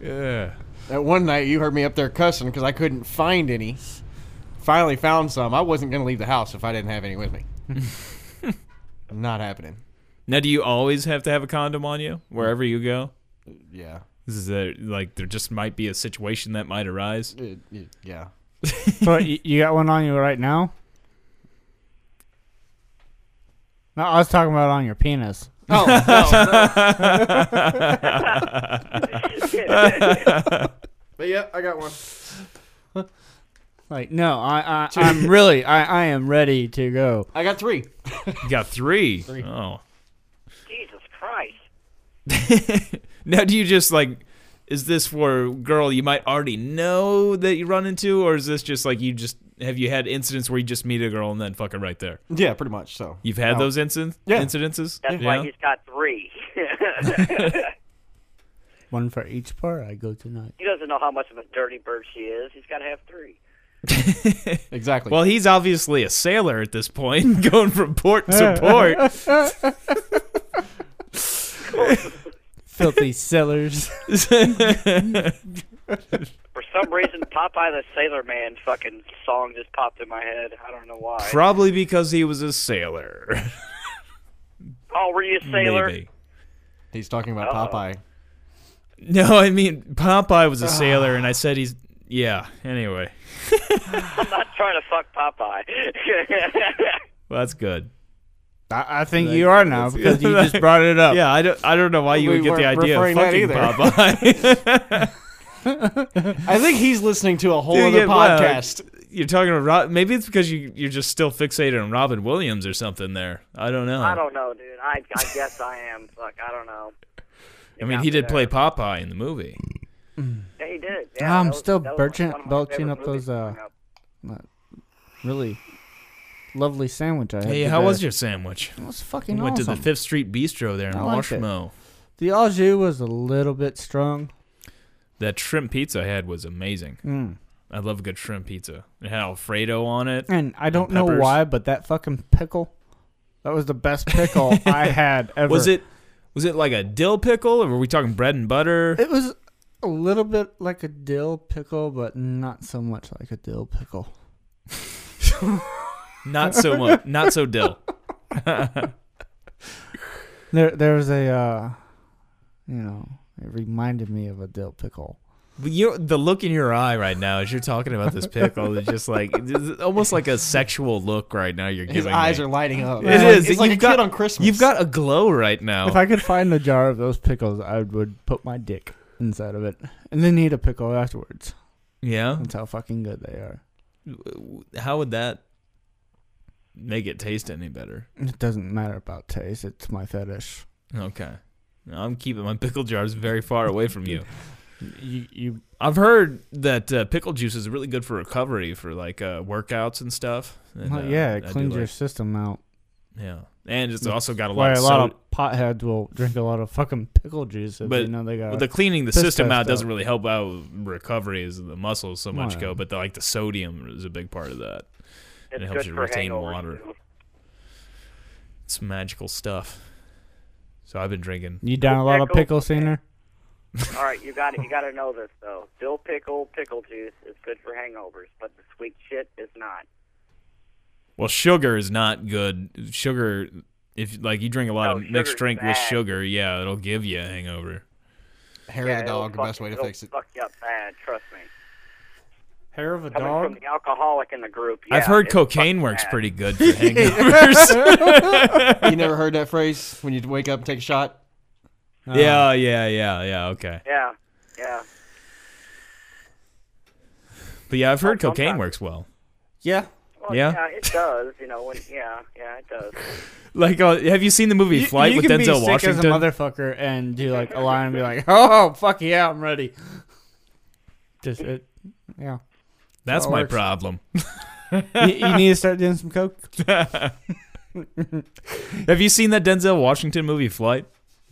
Yeah.
That one night, you heard me up there cussing because I couldn't find any. Finally found some. I wasn't gonna leave the house if I didn't have any with me. not happening.
Now, do you always have to have a condom on you wherever you go?
Yeah.
Is there, like, there just might be a situation that might arise?
It- it- yeah.
So what, you, you got one on you right now? No, I was talking about on your penis.
Oh, but yeah, I got one.
Like, no, I, I I'm really, I, I am ready to go.
I got three.
You got three. Oh.
Jesus Christ.
now, do you just like? Is this for a girl you might already know that you run into, or is this just like you just have you had incidents where you just meet a girl and then fuck her right there?
Yeah, pretty much. So
You've had
No.
those incidents?
Yeah.
Incidences?
That's
yeah.
why he's got three.
One for each part I go tonight.
he doesn't know how much of a dirty bird she is. He's got to have three.
exactly.
Well, he's obviously a sailor at this point, going from port to port.
Filthy sellers.
For some reason, Popeye the Sailor Man fucking song just popped in my head. I don't know why.
Probably because he was a sailor.
oh, were you a sailor?
Maybe.
He's talking about
Uh-oh.
Popeye.
No, I mean Popeye
Ah.
was a sailor, and I said he's yeah. Anyway,
I'm not trying to fuck Popeye.
well, that's good.
I, I think you are now because you just brought it up.
Yeah, I don't, I don't know why you
We
would get the
weren't
idea of fucking
referring that
Popeye.
I think he's listening to a whole
Dude,
other
yeah, well,
podcast.
you're talking to Rob. Maybe it's because you you're just still fixated on Robin Williams or something. There, I don't know.
I don't know, dude. I I guess I am. Fuck, I don't know.
I mean, he did play Popeye in the movie.
Yeah, he did. Yeah,
I'm
that was-
still
that was
belching-
one of my favorite
belching up
movies
those, uh,
growing up.
Really lovely sandwich I had.
Hey, how was your sandwich?
It was fucking
Went
awesome.
to the Fifth Street Bistro there in
I liked it.
Washmo.
The au jus was a little bit strong.
That shrimp pizza I had was amazing.
Mm.
I love a good shrimp pizza. It had Alfredo on it.
And I don't know
peppers.
why, but that fucking pickle, that was the best pickle I had ever.
Was it was it like a dill pickle, or were we talking bread and butter?
It was a little bit like a dill pickle, but not so much like a dill pickle.
Not so much. Not so dill.
There, there was a, uh, you know, it reminded me of a dill pickle.
But you the look in your eye right now as you're talking about this pickle is just like it's almost like a sexual look right now. You're
His
giving
eyes
me.
are lighting up.
It is.
It's like
You've
a
got-
kid on Christmas.
You've got a glow right now.
If I could find a jar of those pickles, I would put my dick inside of it, and then eat a pickle afterwards.
yeah.
That's how fucking good they are.
How would that make it taste any better?
It doesn't matter about taste; it's my fetish.
Okay. I'm keeping my pickle jars very far away from you.
You, you
I've heard that uh, pickle juice is really good for recovery for like uh, workouts and stuff. And,
well,
uh,
yeah,
I
it
do
cleans
like-
your system out.
yeah, and it's also got a lot
Why
of
a lot
soda.
of potheads will drink a lot of fucking pickle juice if they
But
know they got.
Well, the cleaning the
Piss
system
test
out doesn't
out.
really help out with recovery as the muscles so much
Right.
go, but the, like the sodium is a big part of that. it
It's
helps
good
you
for
retain
hangovers,
water.
too.
It's magical stuff. So I've been drinking.
you down a lot of
Pickle.
pickle scener?
All right, you got it. You got to know this though. Dill pickle, pickle juice is good for hangovers, but the sweet shit is not.
Well, sugar is not good. Sugar, if like you drink a lot
No,
of mixed
sugar's
drink with
bad.
sugar, yeah, it'll give you a hangover.
hair
Yeah,
of the
it'll
dog. The best
fuck-
way to
it'll
fix it.
Fuck you up bad. Trust me.
Hair of a
Coming from the alcoholic in the group. Yeah,
I've heard
it's
cocaine
fucking
works
bad.
pretty good for hangovers.
You never heard that phrase when you wake up and take a shot.
Oh.
yeah, yeah, yeah, yeah. Okay,
Yeah, yeah.
but yeah, I've heard
Oh,
cocaine
sometimes.
works well.
Yeah.
Well,
Yeah.
yeah. it does. You know, when yeah, yeah, it does.
Like, uh, have you seen the movie Flight
you
with
can
Denzel
be
Washington?
sick as a motherfucker and do like a line and be like, "Oh fuck yeah, I'm ready." Just it, yeah.
That's
That
my
works.
problem.
you, you need to start doing some coke.
Have you seen that Denzel Washington movie Flight?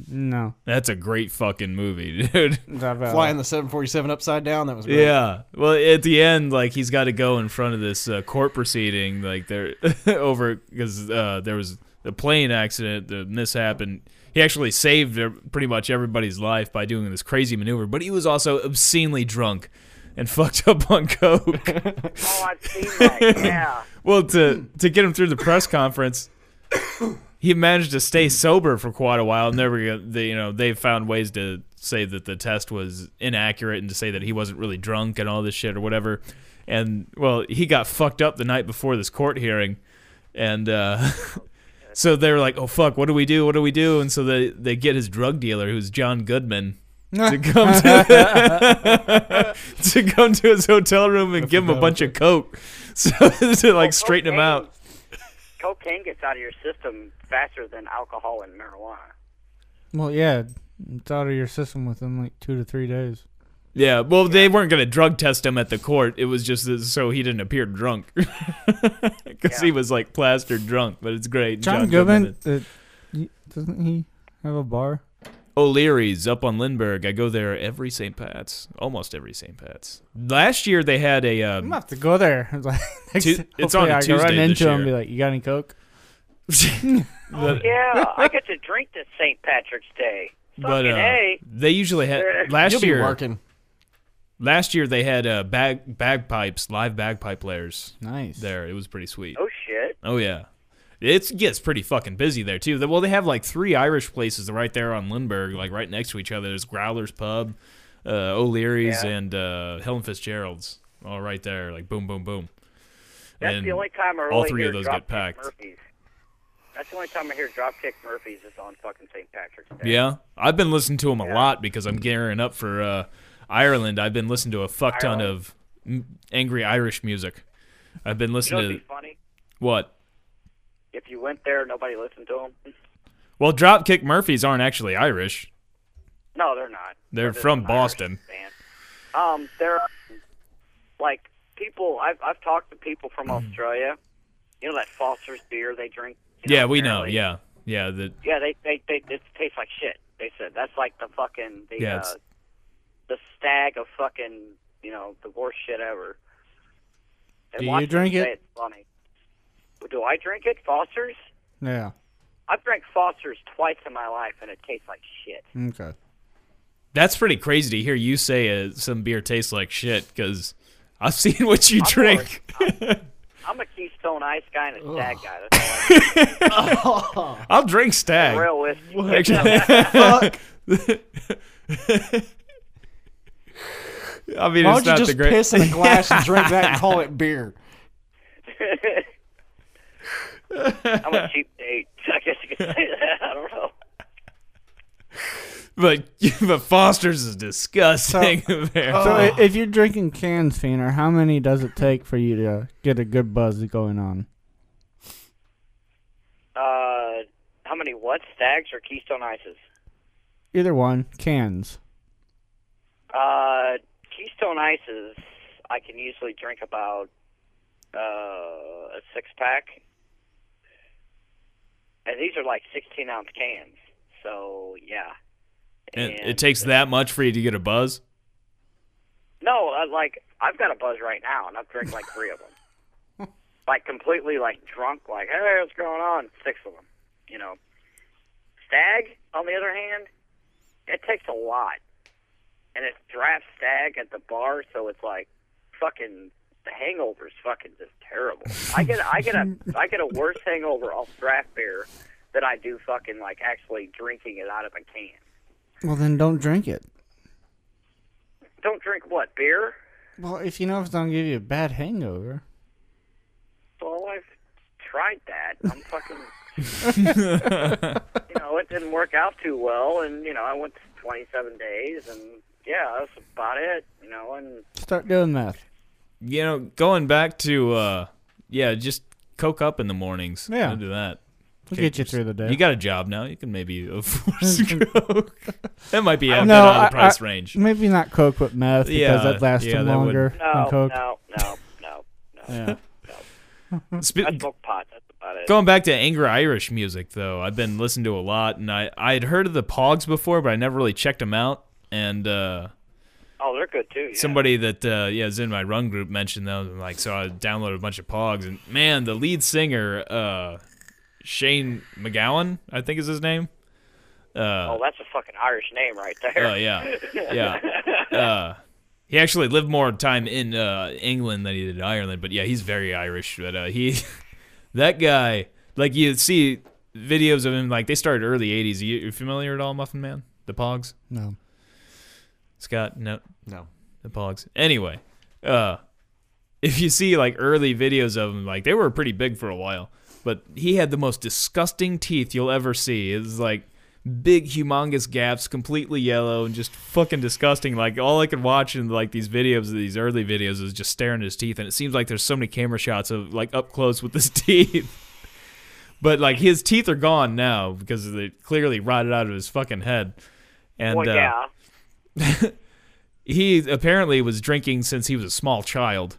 No,
That's a great fucking movie, dude.
Flying the 747 upside down. That was
Uh,
great.
Yeah. Well, at the end, like he's got to go in front of this uh, court proceeding, like they're over because uh, there was a plane accident, the mishap, and he actually saved er- pretty much everybody's life by doing this crazy maneuver. But he was also obscenely drunk and fucked up on coke.
Oh, I've seen that. Yeah.
Well, to to get him through the press conference, he managed to stay sober for quite a while, and there were they, you know they found ways to say that the test was inaccurate and to say that he wasn't really drunk and all this shit or whatever. And well, he got fucked up the night before this court hearing, and uh, So they're like, "Oh fuck, what do we do? What do we do?" And so they they get his drug dealer, who's John Goodman, to come to to come to his hotel room and give him a bunch of coke, so to like straighten him out.
Cocaine gets out of your system faster than alcohol and marijuana.
Well, yeah, it's out of your system within like two to three days.
Yeah, well, they weren't gonna drug test him at the court. It was just that- so he didn't appear drunk, because he
Yeah.
was like plastered drunk. But it's great.
John, Goodman, uh, y- doesn't he have a bar?
O'Leary's up on Lindbergh. I go there every St. Pat's, almost every St. Pat's. Last year they had a
I'm
um,
gonna have to go there. It's like,
Tu- it's
hopefully
on a
I can Run
Tuesday this
into him and
year.
be like, "You got any coke?"
but,
Yeah, I get to drink this St. Patrick's Day.
but,
Fucking
uh,
A.
they usually had
You'll
last
be
year.
working.
Last year they had uh, bag bagpipes, live bagpipe players
Nice.
there. It was pretty sweet.
Oh, shit.
Oh yeah, it gets pretty fucking busy there too. Well, they have like three Irish places right there on Lindbergh, like right next to each other. There's Growler's Pub, uh, O'Leary's,
Yeah.
and uh, Helen Fitzgerald's, all right there. Like boom, boom, boom.
That's
and
the only time I really
all three
hear
of those get
Dropkick
packed.
Murphys. That's the only time I hear Dropkick Murphys is on fucking St. Patrick's Day.
Yeah, I've been listening to them a lot because I'm gearing up for uh, Ireland. I've been listening to a fuck ton
Ireland.
of m- angry Irish music. I've been
You know
listening
what'd
to
be funny?
what?
If you went there, nobody listened to them.
Well, Dropkick Murphys aren't actually Irish.
No, they're not.
They're
just
from
an Irish
Boston.
band. Um, they're like people. I've I've talked to people from
Mm.
Australia. You know that Foster's beer they drink. you
yeah, we know.
apparently-
Yeah, yeah. The,
Yeah, they they they it tastes like shit. They said that's like the fucking the
Yeah,
uh,
it's-
the stag of fucking you know the worst shit ever. And
Do
watch
you
them
drink
say
it?
It's funny. Do I drink it? Foster's.
Yeah.
I've drank Foster's twice in my life, and it tastes like shit.
Okay.
that's pretty crazy to hear you say uh, some beer tastes like shit because I've seen what you drink.
I'm a Keystone Ice guy and a stag guy. That's all I
I'll drink stag.
Real whiskey.
Actually, I mean,
Why
it's
don't you
not the
just
great.
piss in a glass and drink that and call it beer?
I'm a cheap date. I guess you could say that. I don't know.
But but Foster's is disgusting.
So
man.
oh, i if you're drinking cans, Feener, how many does it take for you to get a good buzz going on?
Uh, how many what stags or Keystone Ices?
Either one, cans.
Uh, Keystone Ices, I can usually drink about uh, a six pack, and these are like 16 ounce cans. So yeah.
it,
And-
it takes that much for you to get a buzz.
No, uh, like I've got a buzz right now, and I've drank like three of them, like completely like drunk, like hey, what's going on? Six of them, you know. Stag, on the other hand, it takes a lot, and it's draft stag at the bar, so it's like fucking the hangover's fucking just terrible. I get I get a I get a worse hangover off draft beer than I do fucking like actually drinking it out of a can.
Well, then don't drink it.
Don't drink what beer?
Well, if you know it's not gonna give you a bad hangover.
Well, I've tried that. I'm fucking. you know, it didn't work out too well, and you know, I went 27 days, and yeah, that's about it. You know, and
Start doing meth.
You know, going back to uh, yeah, just coke up in the mornings.
Yeah.
I'll do that.
We'll get you through the day.
You got a job now. You can maybe afford some coke. that might be out,
No,
out of
I-
the price
I-
range.
Maybe not coke, but meth because
Yeah,
that lasts
yeah,
them
that would-
longer
no,
than coke.
no, no, no, no.
Yeah. Mm.
Spe-
I smoke pot. That's about it.
Going back to angry Irish music, though, I've been listening to a lot, and I I had heard of the Pogs before, but I never really checked them out. And uh,
Oh, they're good too. Yeah.
somebody that uh, yeah is in my run group mentioned them. and, Like, so I downloaded a bunch of Pogs, and man, the lead singer, uh, Shane McGowan, I think is his name.
Oh, that's a fucking Irish name right
Oh
there.
yeah, yeah. Uh, he actually lived more time in uh, England than he did Ireland, but yeah, he's very Irish. But uh, he, that guy, like you see videos of him, like they started early '80s. You, you familiar at all, Muffin Man? The Pogs,
No.
Scott? No,
No.
the Pogs. Anyway, uh, if you see like early videos of them, like they were pretty big for a while. but he had the most disgusting teeth you'll ever see. It's like big, humongous gaps, completely yellow, and just fucking disgusting. Like all I could watch in like these videos, these early videos, is just staring at his teeth. And it seems like there's so many camera shots of like up close with his teeth. But like his teeth are gone now because they clearly rotted out of his fucking head. And
well,
uh,
yeah.
he apparently was drinking since he was a small child,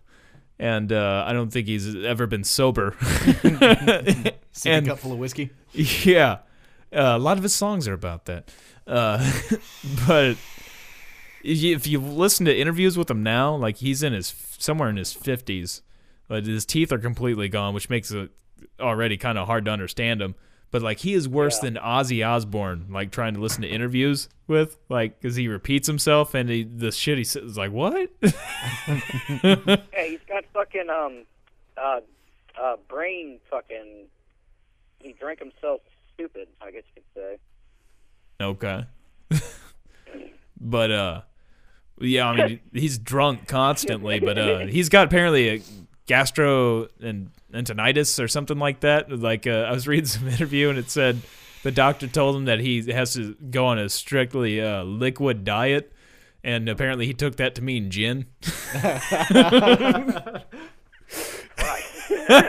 and uh, I don't think he's ever been sober.
Sip
And-
a cup full of whiskey.
yeah, uh, a lot of his songs are about that. Uh, but if you, if you listen to interviews with him now, like he's in his somewhere in his fifties, but his teeth are completely gone, which makes it already kind of hard to understand him. But like he is worse than Ozzy Osbourne, like trying to listen to interviews with, like because he repeats himself and he, the shit he says is like what.
Hey, he's got fucking um, uh, uh, brain fucking. He drank himself stupid. I guess you could say.
Okay. but uh yeah, I mean he's drunk constantly, but uh he's got apparently a gastro and entinitis or something like that. Like uh, I was reading some interview and it said the doctor told him that he has to go on a strictly uh liquid diet and apparently he took that to mean gin.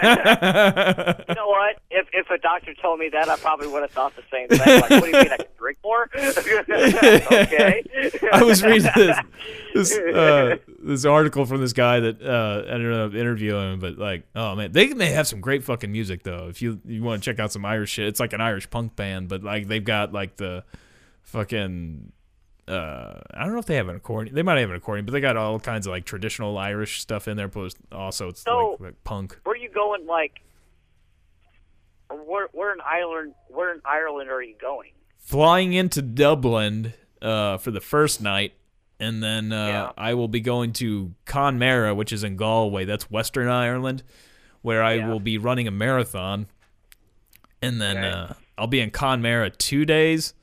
You know what? If if a doctor told me that, I probably would have thought the same thing. Like, what do you mean I can drink more? okay.
I was reading this this uh, this article from this guy that uh, I don't know interviewing him, but like, oh man, they they have some great fucking music though. If you you want to check out some Irish shit, it's like an Irish punk band, but like they've got like the fucking uh, I don't know if they have an accordion. They might have an accordion, but they got all kinds of like traditional Irish stuff in there. Plus, also it's
So-
like, like punk.
Where you going? Like, where where in Ireland? Where in Ireland are you going?
flying into Dublin uh, for the first night, and then uh,
Yeah.
I will be going to Conmara, which is in Galway. That's Western Ireland, where I
Yeah.
will be running a marathon, and then
Okay.
uh, I'll be in Conmara two days,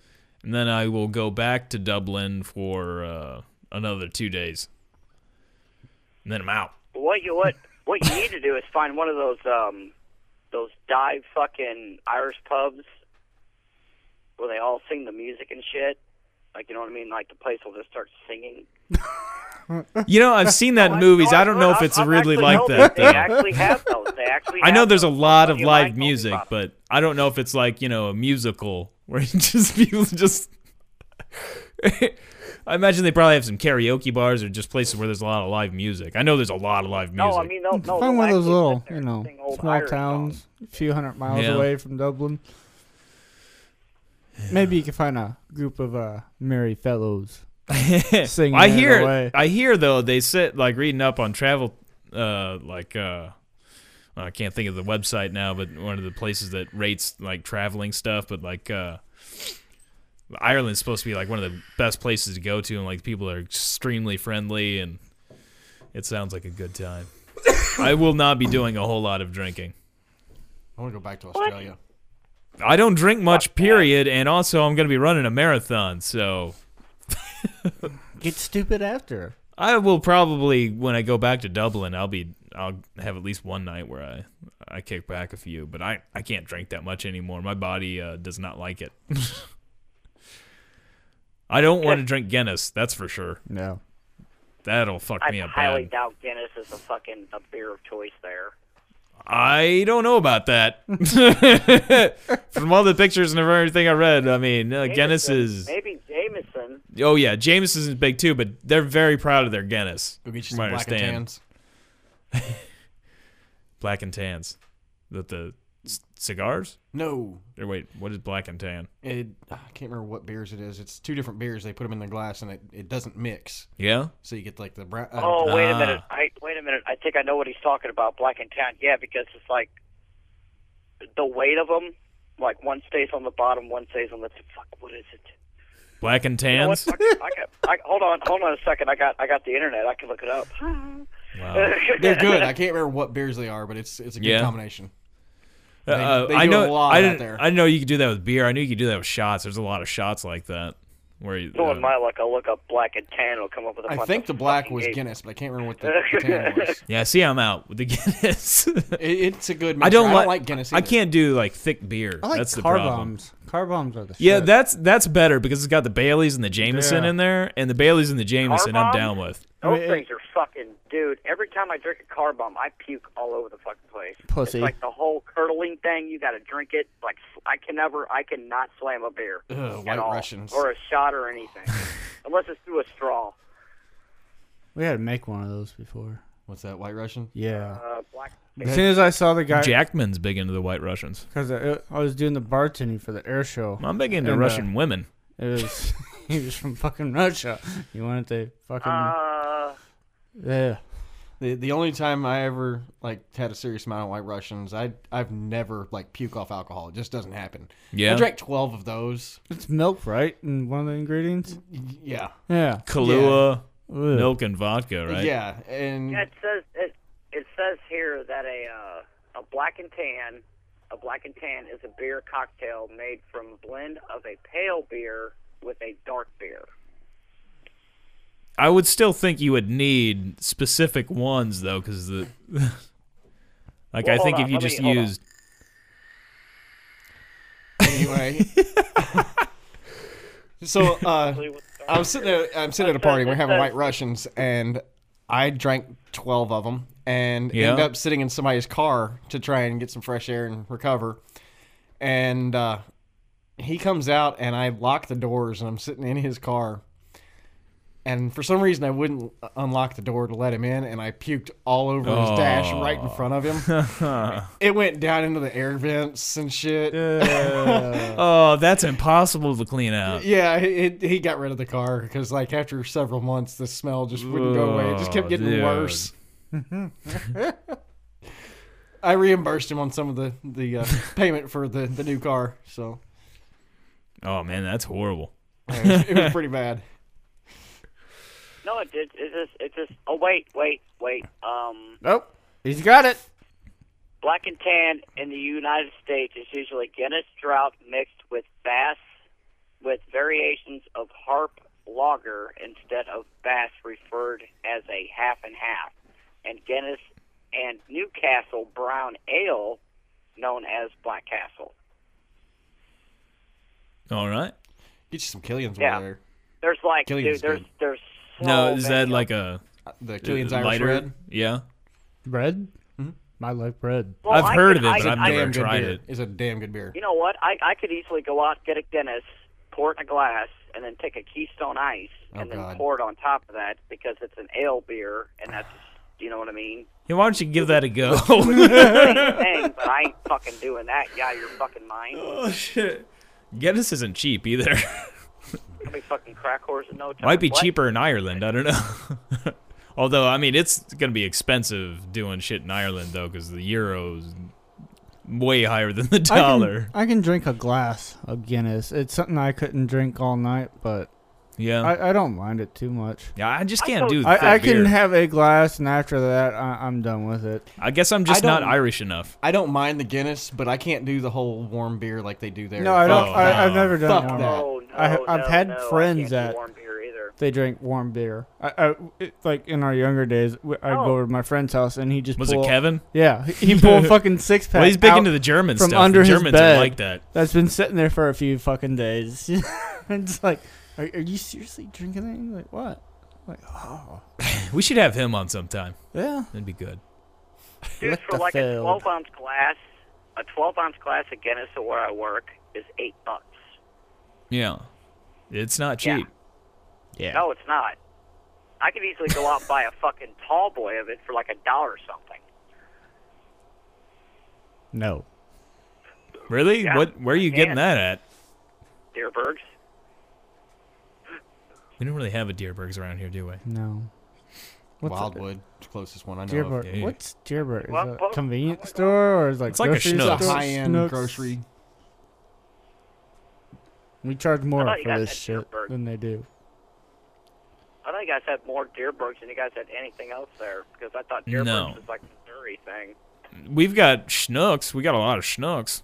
and then I will go back to Dublin for uh, another two days, and then I'm out.
What you what what you need to do is find one of those um those dive fucking Irish pubs where they all sing the music and shit. Like you know what I mean? Like the place will just start singing.
You know, I've seen that in movies. Oh, I don't know if
I've-
it's
I've
really
actually
like
held
that.
it. They
though.
actually have those. They actually.
I know
have
there's a
those.
lot of
You
live
might go
music,
bebop.
but I don't know if it's like you know a musical where it just people just. I imagine they probably have some karaoke bars or just places where there's a lot of live music. I know there's a lot of live music.
No, Oh, I mean no. no
Find
they'll
one of those
actually
little,
sit there
you
and
know,
sing old
small
Irish
towns,
songs.
a few hundred miles
Yeah.
away from Dublin. Maybe you can find a group of uh, merry fellows. singing
I
it
hear,
away.
I hear though they sit like reading up on travel, uh, like uh, I can't think of the website now, but one of the places that rates like traveling stuff, but like uh, Ireland's supposed to be like one of the best places to go to, and like people are extremely friendly, and it sounds like a good time. I will not be doing a whole lot of drinking.
I want to go back to Australia.
I don't drink much, period, and also I'm going to be running a marathon, so
Get stupid after.
I will probably when I go back to Dublin, I'll be I'll have at least one night where I I kick back a few, but I I can't drink that much anymore. My body uh, does not like it. I don't want to drink Guinness, that's for sure.
No.
That'll fuck me
I
up
highly
bad.
doubt Guinness is a fucking a beer of choice there.
I don't know about that. From all the pictures and everything I read, I mean, uh, Guinness is
maybe Jameson.
oh yeah, James is big too, but they're very proud of their Guinness.
Go get
from
you some
what I
black and
understand.
tans.
black and tans. That the c- cigars?
No,
Or wait, what is black and tan?
it, I can't remember what beers it is. It's two different beers. They put them in the glass and it, it doesn't mix.
Yeah.
So you get like the brown. Uh,
Oh wait a
Ah.
minute! I wait a minute. I think I know what he's talking about. Black and tan. Yeah, because it's like the weight of them. Like one stays on the bottom, one stays on the. Fuck! What is it?
Black and
You know what?
tans.
Fuck, I got, I, hold on, hold on a second. I got, I got the internet. I can look it up.
Wow.
They're good. I can't remember what beers they are, but it's it's a good
Yeah.
combination.
Uh, uh,
they
I
do a
know.
lot
I
out
didn't.
there.
I didn't know you could do that with beer. I knew you could do that with shots. There's a lot of shots like that Where you,
So
uh,
in my luck, I'll look up black and tan. It'll come up with a
I
bunch
think
of
the black
fucking
was
games.
Guinness, but I can't remember what the, the tan was.
yeah, see, I'm out with the Guinness.
It, it's a good. Mixture.
I don't,
I
like,
don't like Guinness.
I
either.
can't do like thick beer.
I like
That's the
car
problem.
bombs. Car bombs are the
Yeah,
shit.
that's that's better because it's got the Baileys and the Jameson
Yeah.
in there, and the Baileys and the Jameson I'm
bomb?
down with.
Those
I mean,
things are fucking, dude. Every time I drink a car bomb, I puke all over the fucking place.
Pussy.
It's like the whole curdling thing. You got to drink it. Like I can never, I cannot slam a beer
Ugh,
at
White
all,
Russians.
or a shot or anything, unless it's through a straw.
We had to make one of those before.
What's that? White Russian?
Yeah.
Uh, black.
As soon as I saw the guy,
Jackman's big into the White Russians.
because I, I was doing the bartending for the air show.
I'm big into
And, uh,
Russian women.
It was he was from fucking Russia. You wanted to fucking
Uh,
yeah.
The the only time I ever like had a serious amount of White Russians, I I've never like puke off alcohol. It just doesn't happen.
Yeah,
I drank twelve of those.
It's milk, right? And one of the ingredients.
Y- Yeah,
Yeah.
Kahlua,
Ugh.
milk and vodka, right?
yeah, and
it says it. It says here that a uh, a black and tan, a black and tan is a beer cocktail made from a blend of a pale beer with a dark beer.
I would still think you would need specific ones though, because the like
Well,
I
hold
think
on,
if you
let me-
just
hold on.
used
anyway. so uh, I was sitting at, I'm sitting at a party. We're having White Russians, and I drank twelve of them, and
Yeah.
ended up sitting in somebody's car to try and get some fresh air and recover. And uh, he comes out, and I lock the doors, and I'm sitting in his car. And for some reason, I wouldn't unlock the door to let him in, and I puked all over his dash right in front of him. it went down into the air vents and shit.
oh, that's impossible to clean out.
Yeah, it, he got rid of the car because, like, after several months, the smell just wouldn't go away. It just kept
Oh,
getting
dude.
worse. I reimbursed him on some of the the uh, payment for the the new car, so uh,
Oh man, that's horrible.
it was, it was pretty bad.
No, it did. It just, it just. Oh wait, wait, wait. Um,
Nope. He's got it.
black and tan in the United States is usually Guinness Draught mixed with Bass, with variations of Harp Lager instead of Bass, referred as a half and half, and Guinness and Newcastle Brown Ale, known as Black Castle.
All right.
Get you some Killians
Yeah.
over there.
There's like,
Killian's
dude, there's
good.
there's. So
No, is that
many
like a uh,
The Killian's Irish
lighter?
Red.
Yeah.
Bread.
Hmm?
I like bread.
Well,
I've
I
heard of
could-
it,
I
but
could-
I've
I
never
could-
Damn good
tried
beer.
it.
It's a damn good beer.
You know what? I, I could easily go out, get a Guinness, pour it in a glass, and then take a Keystone Ice and
Oh,
then
God.
pour it on top of that because it's an ale beer, and that's you know what I mean.
Yeah, why don't you give that a go?
Same thing, but I ain't fucking doing that. Yeah, you're fucking mine.
oh shit. Guinness isn't cheap either.
I'll be fucking crack whores in no time.
Might be
What?
cheaper in Ireland. I don't know. Although, I mean, it's gonna be expensive doing shit in Ireland though, because the euro's way higher than the dollar.
I can, I can drink a glass of Guinness. It's something I couldn't drink all night, but
yeah.
I, I don't mind it too much.
yeah, I just
I
can't do.
don't-
thick
I, I can
beer.
have a glass, and after that, I, I'm done with it.
I guess I'm
I
just not
don't-
Irish enough.
I don't mind the Guinness, but I can't do the whole warm beer like they do there.
No, I don't.
Fuck
I, I've
Oh, no.
never done
Fuck
warm.
that.
Oh, No, no,
I ha- I've
no,
had
no, I
friends
can't do
that-
warm beer either.
They drink warm beer. I, I it, like in our younger days, we- I'd
Oh.
go over to my friend's house, and he just
Was
pull,
it Kevin?
Yeah, he he pulled a fucking six pack.
Well, he's big
out
into the German
from
stuff.
under
the
his
Germans
bed.
are like that.
that's been sitting there for a few fucking days. it's like, are, are you seriously drinking that? He's like, what? I'm like, oh,
We should have him on sometime.
yeah.
That'd be good.
Dude,
Lick
for
the
like a
field.
12 ounce glass, a 12 ounce glass of Guinness at where I work is eight bucks.
Yeah. It's not
Yeah.
cheap. Yeah.
No, it's not. I could easily go out and buy a fucking tall boy of it for like a dollar or something.
No.
Really?
Yeah.
What? Where are you
Yeah.
getting that at?
Deerbergs.
We don't really have a Deerbergs around here, do we?
No. What's
Wildwood, the closest one I know. of.
Dearborn.
Yeah.
What's Dearborn? Is
Well,
that
well,
a convenience store or is it like
It's like a
grocery
Schnucks.
It's a
store?
high end
Schnucks.
grocery.
We charge more
thought you
for
guys
this
had
shit
Dearborn.
than they do.
I thought you guys had more Deerbergs than you guys had anything else there because I thought Deerbergs
No.
was like a Missouri thing.
We've got schnooks. We got a lot of schnooks.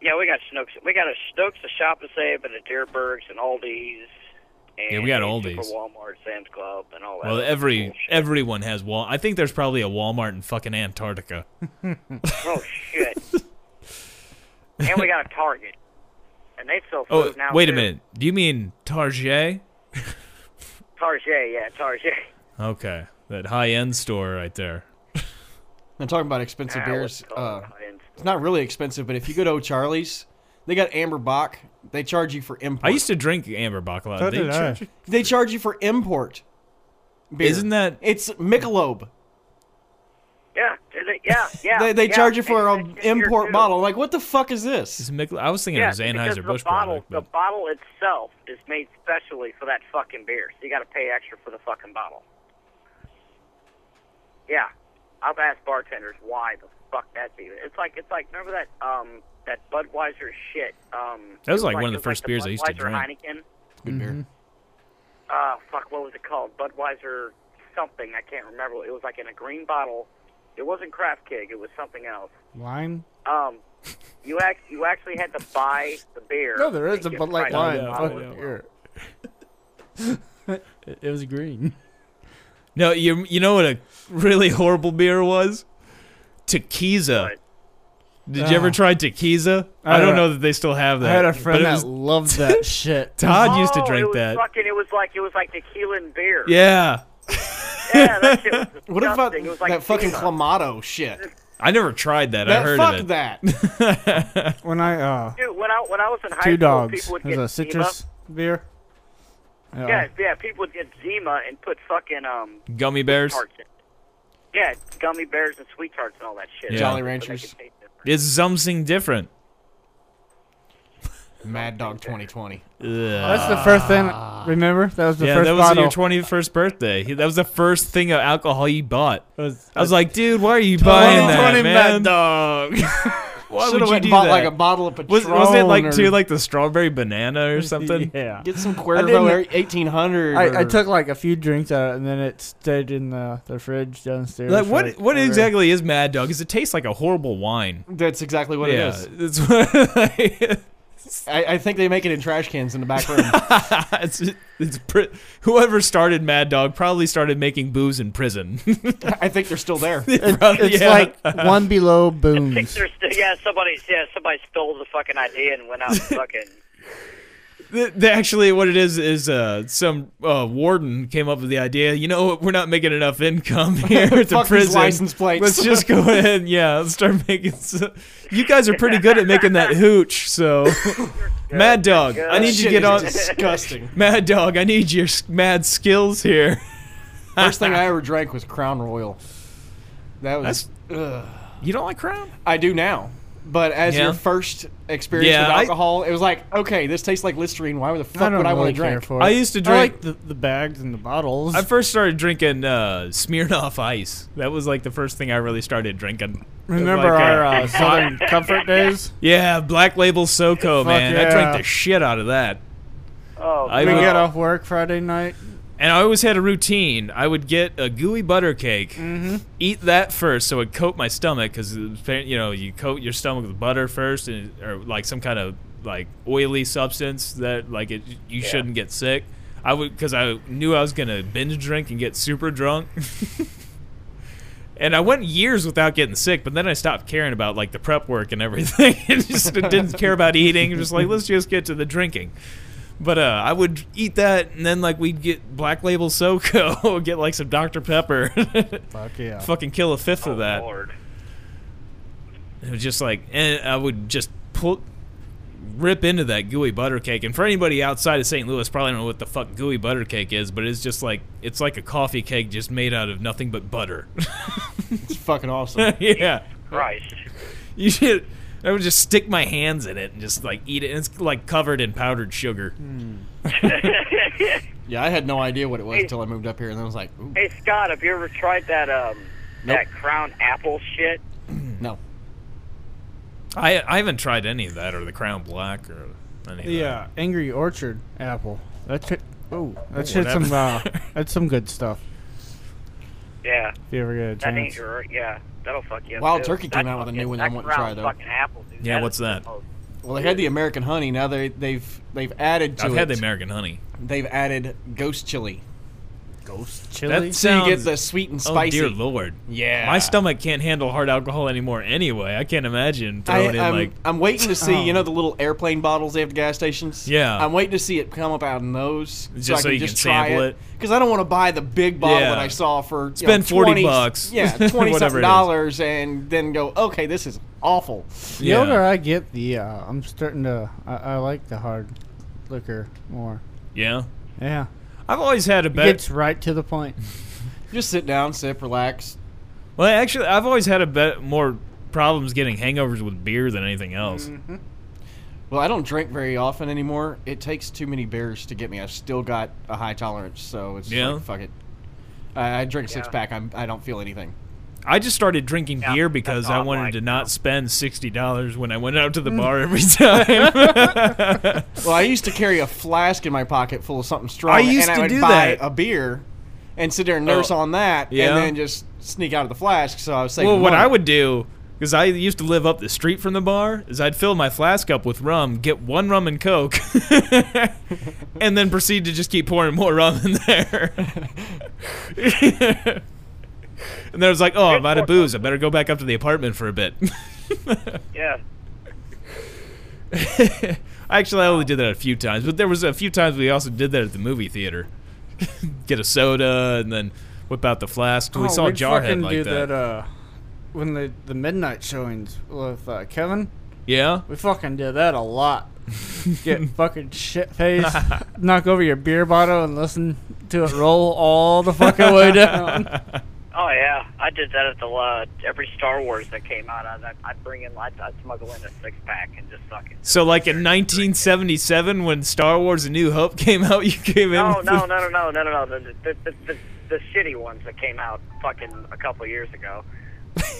Yeah, we got Snooks. We got a Snooks, a Shop and Save, and a Deerberg's, and Aldi's. And
Yeah, we got
Super
Aldi's.
Walmart, Sam's Club, and all that.
Well,
other
every
bullshit.
everyone has Wal. I think there's probably a Walmart in fucking Antarctica.
Oh shit. and we got a Target, and they sell
Oh,
food now.
wait a
too.
minute. Do you mean Target?
Target, yeah, Target.
Okay, that high end store right there.
I'm talking about expensive
Ah,
beers.
what's it
Uh,
called? And-
it's not really expensive, but if you go to O'Charlie's, they got Amber Bach. They charge you for import.
I used to drink Amber Bach a lot.
So
They
did I.
charge-
They charge you for import. Beer.
Isn't that
It's Michelob.
Yeah, they, yeah, yeah.
They, they
yeah,
charge you for
it's-
an
it's here
import
too.
bottle. Like, what the fuck is this?
is Michel- I was thinking
Yeah,
it was
because
Anheuser Busch
the bottle,
product,
the
but
bottle itself is made specially for that fucking beer, so you got to pay extra for the fucking bottle. Yeah, I've asked bartenders why the fuck that's even. It's like it's like remember that um that Budweiser shit. Um,
That was
it
like one of
it
the
was
first beers I used to
Budweiser
drink.
Heineken.
Good
Mm-hmm.
beer.
uh, fuck, what was it called? Budweiser something. I can't remember. It was like in a green bottle. It wasn't Craft Keg. It was something else.
Lime?
Um, you act, you actually had to buy the beer.
No, there
and
isn't,
get
but like
price
lime.
on the
Yeah,
Fuck
bottle
yeah.
as well.
here. it, it was green.
no, you you know what a really horrible beer was? Tequila.
What?
Did you ever
Ah.
try Tequila?
I
I don't
had a-
know that they still have that.
I had a
but
friend
it
that
was-
loved that shit.
Todd used to
Oh, it
drink
was
that.
Fucking, it was like it was like tequila and beer.
Yeah,
Yeah, that shit was
What about
disgusting. It was like
that fucking
tequila.
Clamato shit?
I never tried that. I
That,
heard
fuck
of it.
that.
When I uh
Dude, when I when I was in high
two
school,
dogs.
people would
It
get
was a
Zima.
citrus uh, beer. Yeah.
Yeah, yeah, people would get Zima and put fucking um
Gummy bears.
tarts in. it. Yeah, gummy bears and sweet tarts and all that shit.
Yeah.
Jolly
So they
Ranchers.
could taste different.
It's something different.
Mad Dog 2020.
That's the first thing. Remember that was the
Ah. yeah,
first
that was
bottle.
your twenty-first birthday. He- That was the first thing of alcohol you bought.
It was-
I was like, dude, why are you buying that,
2020
man?
Mad
Dog. why would
Should have
you
went
do
and bought
that?
like a bottle of Patron.
was, was it like
or
too like the strawberry banana or something?
Yeah.
Get some
didn't-
Cuervo 1800.
I, I
or-
took like a few drinks out, and then it stayed in the, the fridge downstairs.
Like
for,
what? What
forever.
exactly is Mad Dog? Because it tastes like a horrible wine.
That's exactly what
yeah,
it is.
it's what-
I, I think they make it in trash cans in the back room.
it's, it's pri- whoever started Mad Dog probably started making booze in prison.
I think they're still there.
It's
Yeah.
like one below
Think
booms.
there's still- yeah, somebody yeah, somebody stole the fucking idea and went out and fucking
Th- th- actually, what it is is uh, some uh, warden came up with the idea. You know, what? we're not making enough income here at the
Fuck
prison.
these license plates.
Let's just go ahead, and, yeah. Let's start making. So- you guys are pretty good at making that hooch, so Mad Dog, I
good.
need you to
Shit
get
is
on.
Disgusting.
Mad Dog, I need your s- mad skills here.
First thing I ever drank was Crown Royal. That was. ugh.
You don't like Crown?
I do now. But as
Yeah.
your first experience
Yeah,
with
I-
alcohol, it was like, okay, this tastes like Listerine. Why the
I
fuck
don't
would I
really
want to
care
drink?
for it.
I used to
I
drink.
like the, the bags and the bottles.
I first started drinking uh, Smirnoff Ice. That was like the first thing I really started drinking.
Remember
Like,
our uh, Southern Comfort days?
Yeah, Black Label SoCo, man. I
yeah.
drank the shit out of that.
Oh
I
We
would-
get off work Friday night.
and I always had a routine. I would get a gooey butter cake, eat that first, so it coat my stomach because you know you coat your stomach with butter first, and or like some kind of like oily substance that like it you shouldn't get sick. I would because I knew I was gonna binge drink and get super drunk. And I went years without getting sick, but then I stopped caring about like the prep work and everything, and just didn't care about eating. Just like let's just get to the drinking. But uh, I would eat that, and then like we'd get Black Label SoCo, get like some Dr Pepper,
Fuck yeah.
fucking kill a fifth of that.
Oh, Lord.
It was just like, and I would just pull, rip into that gooey butter cake. And for anybody outside of St. Louis, probably don't know what the fuck gooey butter cake is, but it's just like it's like a coffee cake just made out of nothing but butter.
It's fucking awesome.
yeah.
Christ.
You should. I would just stick my hands in it and just like eat it. And it's like covered in powdered sugar.
yeah, I had no idea what it was until I moved up here, and then I was like, ooh,
Hey Scott, have you ever tried that um
Nope.
that crown apple shit?
no.
I I haven't tried any of that or the Crown Black or any. Of that.
Yeah, Angry Orchard apple. That's it. Oh, that's
Oh,
shit some uh, that's some good stuff.
Yeah.
If you ever get a
That ain't
chance.
your yeah. That'll fuck you up.
Wild
too.
Turkey came
That
out with a new
fucking-
one I
that
want to
Crown
try, though.
Fucking apple, dude.
Yeah,
is
what's that?
the most
Well, they had the American honey. Now they they've they've added to
I've
it.
had the American honey.
they've added ghost chili.
Ghost
That
So you get
sounds-
the sweet and
Oh
spicy.
dear lord.
Yeah.
My stomach can't handle hard alcohol anymore anyway. I can't imagine
I,
throwing
am
in like oh.
I'm waiting to see, you know, the little airplane bottles they have at gas stations.
Yeah.
I'm waiting to see it come up out in those,
Just
so I
so
can
you
just
can
try
sample it.
Because I don't want to buy the big bottle
Yeah.
that I saw for you
Spend
know,
40
20
bucks.
yeah,
Whatever
twenty something
it is.
dollars, and then go, okay, this is awful.
The
Yeah.
older I get, the uh, I'm starting to. I, I like the hard liquor more.
yeah.
Yeah,
I've always had a
it
better
gets right to the point.
Just sit down, sip, relax.
Well, actually, I've always had a bet more problems getting hangovers with beer than anything else.
Mm. Well, I don't drink very often anymore. It takes too many beers to get me. I've still got a high tolerance, so it's just
Yeah.
like, fuck it. I, I drink a six
Yeah.
pack. I'm, I don't feel anything.
I just started drinking
Yeah,
beer because
that's
I
all
wanted
like
to
now.
not spend sixty dollars when I went out
Mm.
to the bar every time.
Well, I used to carry a flask in my pocket full of something strong.
I used
and
to
I would
do
buy
that.
a beer and sit there and nurse
Oh,
on that,
yeah.
and then just sneak out of the flask. So I was saving
well, what
money.
I would do because I used to live up the street from the bar is I'd fill my flask up with rum, get one rum and coke, and then proceed to just keep pouring more rum in there. and then I was like, "Oh, I'm out of booze. I better go back up to the apartment for a bit."
Yeah.
Actually, I only did that a few times, but there was a few times we also did that at the movie theater. Get a soda and then whip out the flask. we saw
Oh, we'd
Jarhead
fucking
like
do
that.
uh, when the the midnight showings with uh, Kevin,
yeah,
we fucking did that a lot. Get fucking shit faced, knock over your beer bottle, and listen to it roll all the fucking way down.
Oh yeah, I did that at the uh, every Star Wars that came out. I'd, I'd bring in, I'd, I'd smuggle in a six pack and just suck it.
So, like in 1977, when Star Wars: A New Hope came out, you came in.
No,
with
no, no,
the-
no, no, no, no. The the, the, the the shitty ones that came out fucking a couple years ago.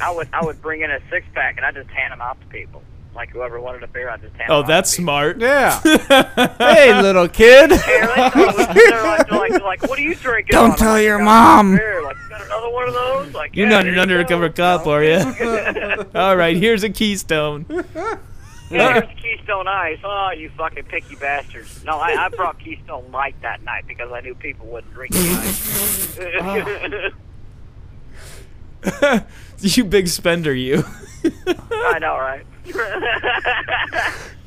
I would I would bring in a six pack and I just hand them out to people. Like whoever wanted a beer, I just hand.
Oh,
them
that's
out to people.
smart.
Yeah. hey, little kid.
They're like, they're like, they're like, they're like, what are you drinking?
Don't
on?"
tell
I'm like,
your
"Got
mom."
beer." Like, "You got another one of those? Like,
You're
"Yeah,
not
there
an
you
undercover
go."
cop,
No.
are you? All right, here's a Keystone.
Yeah, here's Keystone Ice. Oh, you fucking picky bastards. No, I, I brought Keystone Light that night because I knew people wouldn't drink it.
you big spender, you.
I know, right?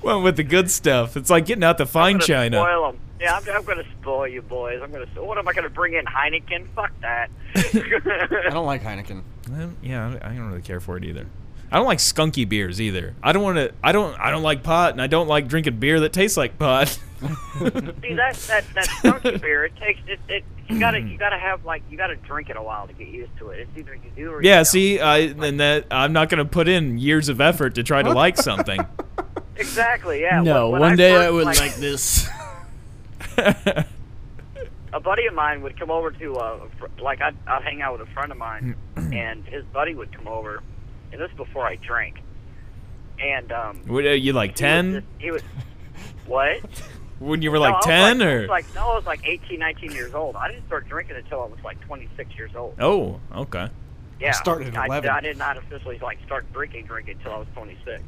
Went with the good stuff. It's like getting out the fine china.
Spoil 'em. Yeah, I'm, I'm gonna spoil you boys. I'm gonna. What am I gonna bring in Heineken? Fuck that.
I don't like Heineken.
Um, yeah, I- I don't really care for it either. I don't like skunky beers either. I don't want to. I don't. I don't like pot, and I don't like drinking beer that tastes like pot.
See that that that skunky beer. It takes it. it you gotta
Mm.
you gotta have like you gotta drink it a while to get used to it. It's either you do or you
yeah,
don't.
see, I and that I'm not gonna put in years of effort to try to like something.
exactly. Yeah.
No,
When- when
one day
first,
I would like, this.
a buddy of mine would come over to uh, fr- like I'd, I'd hang out with a friend of mine, and his buddy would come over, and this is before I drank, and um,
What, are you like
he was
ten?
just- he was what?
When you were
No, I
like
was
ten
like, I
or?
was like no, I was like 18, 19 years old. I didn't start drinking until I was like twenty six years old.
oh, okay.
Yeah,
started at
I-
11.
I, did not officially like start drinking drinking until I was 26.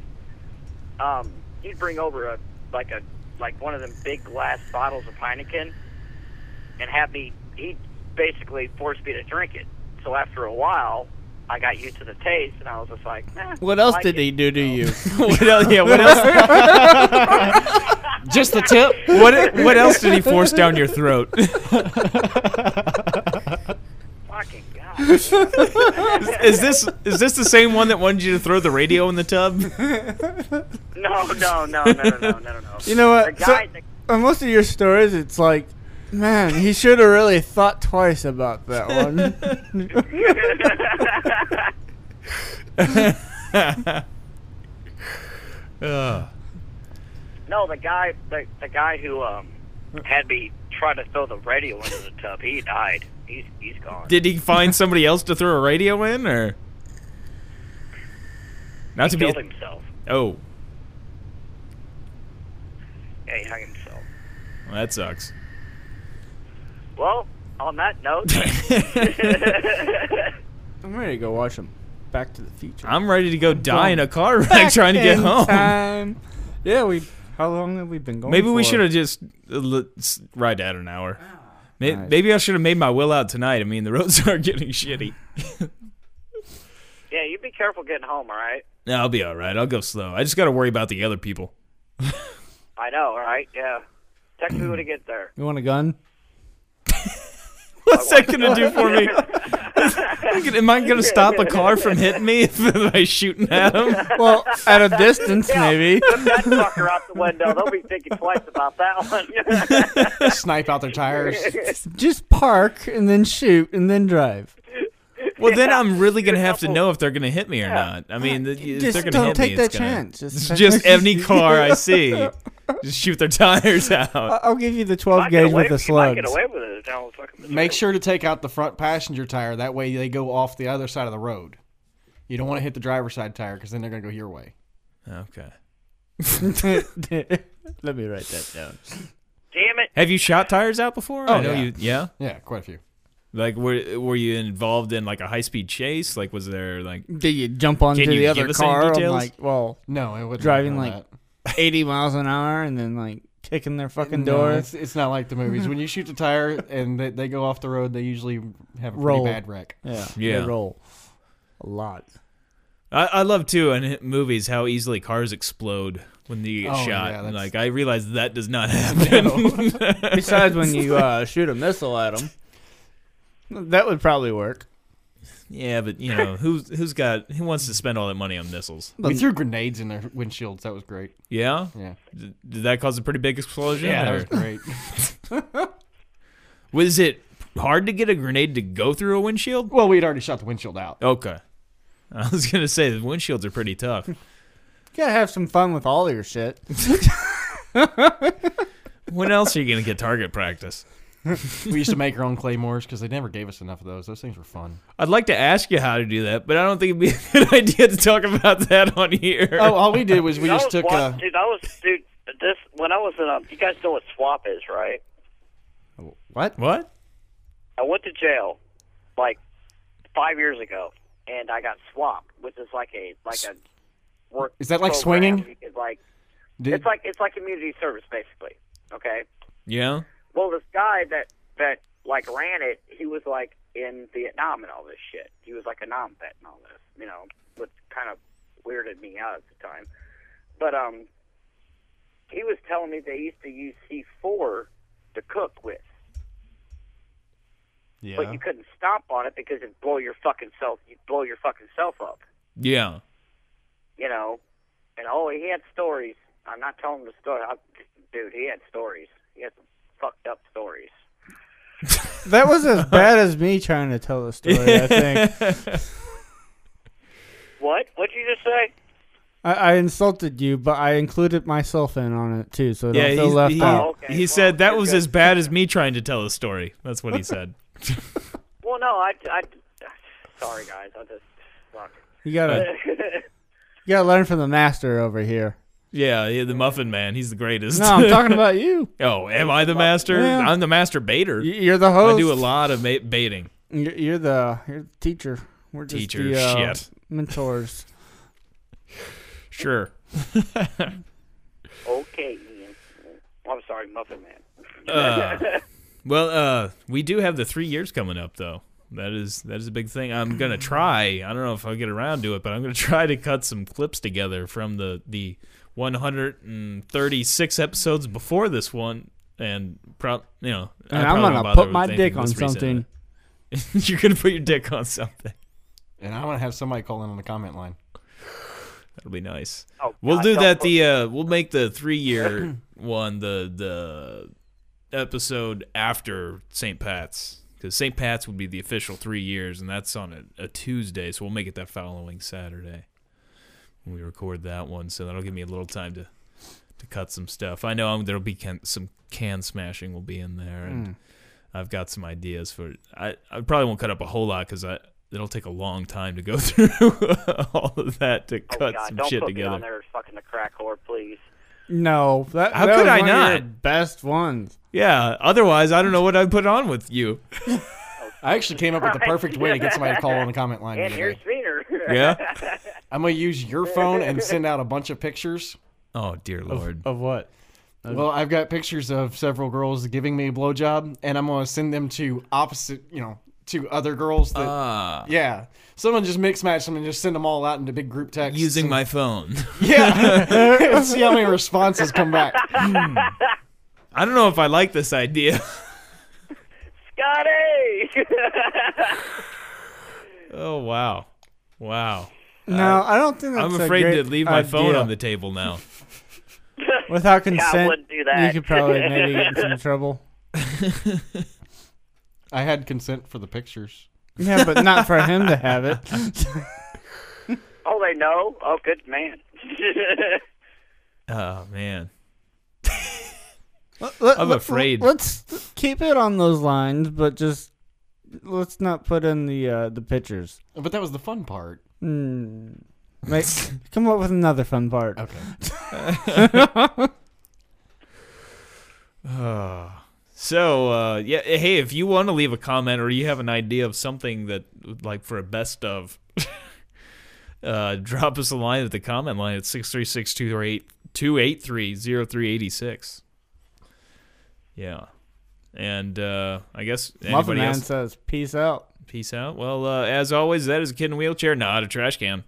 Um, he'd bring over a like a like one of them big glass bottles of Heineken, and have me. He basically forced me to drink it. So after a while, I got used to the taste, and I was just like, eh,
What
I
else
like
did
it.
he do to you?
what else, yeah. What else?
Just the tip.
What, what else did he force down your throat?
Fucking god!
is this is this the same one that wanted you to throw the radio in the tub?
No, no, no, no, no, no, no, no.
You know
The
what? So,
guy,
on most of your stories, it's like, man, he should have really thought twice about that one.
the,
Ugh.
No, the guy, the, the guy who um had me try to throw the radio into the tub, he died. He's he's gone.
Did he find somebody else to throw a radio in, or not to
he
be?
killed himself?
Oh,
Yeah, he hung himself.
well, that sucks.
Well, on that note,
I'm ready to go watch him. Back to the Future.
I'm ready to go die in a car wreck
Back
trying to get
in
home.
Time. Yeah, we. How long have we been going?
Maybe we
for?
should have just uh, let right at an hour. May-
Nice.
Maybe I should have made my will out tonight. I mean, the roads are getting shitty.
Yeah, you be careful getting home, all right?
No, I'll be all right. I'll go slow. I just got to worry about the other people.
I know, all right? Yeah. Text me when you get there.
You want a gun?
What's that gonna do for me? Am I gonna stop a car from hitting me if I shooting at him?
Well, at a distance, maybe.
Put that fucker out the window. They'll be thinking twice about that one.
Snipe out their tires.
Just park and then shoot and then drive.
Well, then I'm really gonna have to know if they're gonna hit me or not. I mean, th- if
Just
they're gonna
don't
hit
take
me,
that
it's gonna-
chance.
It's
Just-
just any car I see, just shoot their tires out.
I- I'll give you the
I
12
get
gauge
away,
with the
you might
slugs.
get away with it. Don't fucking
Make sure to take out the front passenger tire. That way they go off the other side of the road. You don't want to hit the driver's side tire because then they're going to go your way.
Okay.
Let me write that down.
Damn it.
Have you shot tires out before?
Oh,
I know
yeah.
you. Yeah.
Yeah, quite a few.
Like, were were you involved in like a high speed chase? Like, was there like
Do you jump onto
Can you
the
give
other
us any
car? I'm
details?
like, well,
No, it would
Driving, like, 80 miles an hour and then like kicking their fucking
No,
door.
it's, it's not like the movies. When you shoot the tire and they, they go off the road, they usually have a pretty
Roll.
bad wreck.
Yeah,
Yeah.
They roll a lot.
I, I love too in hi- movies how easily cars explode when they get
Oh,
shot.
yeah, that's-
like I realize that does not happen.
Besides, when you uh, shoot a missile at them, that would probably work.
yeah, but you know who's who's got who wants to spend all that money on missiles?
We threw grenades in their windshields. That was great.
Yeah,
Yeah.
D- did that cause a pretty big explosion?
Yeah, that
or-
was great.
was it hard to get a grenade to go through a windshield?
well, we'd already shot the windshield out.
Okay, I was gonna say the windshields are pretty tough.
You gotta have some fun with all your shit.
when else are you gonna get target practice?
We used to make our own claymores because they never gave us enough of those. Those things were fun.
I'd like to ask you how to do that, but I don't think it'd be a good idea to talk about that on here.
Oh, all we did was we just took uh,
one,
a.
dude, I was, dude, this, when I was in, um, you guys know what swap is, right?
What?
what?
I went to jail like five years ago, and I got swapped, which is like a like a work.
Is that like
program.
swinging?
You could, like
Did,
it's like it's like community service, basically. Okay.
Yeah.
Well, this guy that that like ran it, he was like in Vietnam and all this shit. He was like a nom vet and all this, you know, which kind of weirded me out at the time. But um, he was telling me they used to use C four to cook with, but
yeah.
you couldn't stomp on it because it'd blow your fucking self. You'd blow your fucking self up,
Yeah.
you know. And oh, he had stories. I'm not telling the story, I, dude. He had stories. He had some fucked up stories.
That was as bad as me trying to tell the story. I think
What? What'd you just say?
I, I insulted you, but I included myself in on it too, so
Yeah,
don't feel
he's-
left
he,
out.
okay.
he
Well,
said that
you're
was
good.
as bad as me trying to tell a story. That's what he said.
Well, no, I, I, sorry guys, I just fuck.
You gotta, you gotta learn from the master over here.
yeah, yeah, the Muffin Man. He's the greatest.
No, I'm talking about you.
oh, am I the master?
Yeah.
I'm the master baiter.
Y- You're the
I
host.
do a lot of ma- baiting.
You're you're the you're the teacher. We're just
Teacher,
the, uh,
shit.
mentors.
Sure.
Okay, Ian. I'm sorry, Muffin Man.
Well, uh, we do have the three years coming up, though. That is that is a big thing. I'm gonna try. I don't know if I'll get around to it, but I'm gonna try to cut some clips together from the the 136 episodes before this one, and pro- you know, I
And I'm
probably
gonna
won't bother
put
with
my
anything
dick on
that's recent.
something.
You're gonna put your dick on something.
And I'm going to have somebody call in on the comment line.
That'll be nice.
Oh,
we'll
God,
do
don't
that.
put-
The uh, we'll make the three year one the the episode after St. Pat's because St. Pat's would be the official three years, and that's on a, a Tuesday. So we'll make it that following Saturday when we record that one. So that'll give me a little time to to cut some stuff. I know I'm, there'll be can, some can smashing will be in there,
Hmm.
and I've got some ideas for. I I probably won't cut up a whole lot because I. It'll take a long time to go through all of that to
Oh,
cut
God,
some
don't
shit
put
together.
me on there as fucking the crack whore, please.
No, that,
How
that
could
was
I
one of your
not?
best ones.
Yeah. Otherwise, I don't know what I'd put on with you.
I actually came up with the perfect way to get somebody to call on the comment line. the
And
other
here's
day.
Wiener.
Yeah.
I'm going to use your phone and send out a bunch of pictures
Oh dear lord.
Of what?
Well, I've got pictures of several girls giving me a blowjob, and I'm gonna send them to opposite, you know, to other girls that.
Ah,
yeah, someone just mix match them and just send them all out into big group text.
using my phone.
yeah, and see how many responses come back.
I don't know if I like this idea.
Scotty.
Oh wow, wow.
No, I don't think that's
Uh, I'm
a
afraid to
great
leave my phone
idea.
on the table now.
without consent.
wouldn't do that.
You could probably maybe get in some trouble.
I had consent for the pictures.
Yeah, but not for him to have it.
oh, they know. Oh, good man.
Oh man.
Let- let-
I'm
let-
afraid.
Let's keep it on those lines, but just let's not put in the uh, the pictures.
But that was the fun part.
Hmm. Make, come up with another fun part.
Okay.
So uh, yeah, hey, if you want to leave a comment or you have an idea of something that like for a best of, uh, drop us a line at the comment line at six three six two eight two eight three zero three eighty six. Yeah, and uh, I guess
Muffin
anybody
Man
else
says, "Peace out."
peace out. Well, uh, as always, that is a kid in a wheelchair, not a trash can.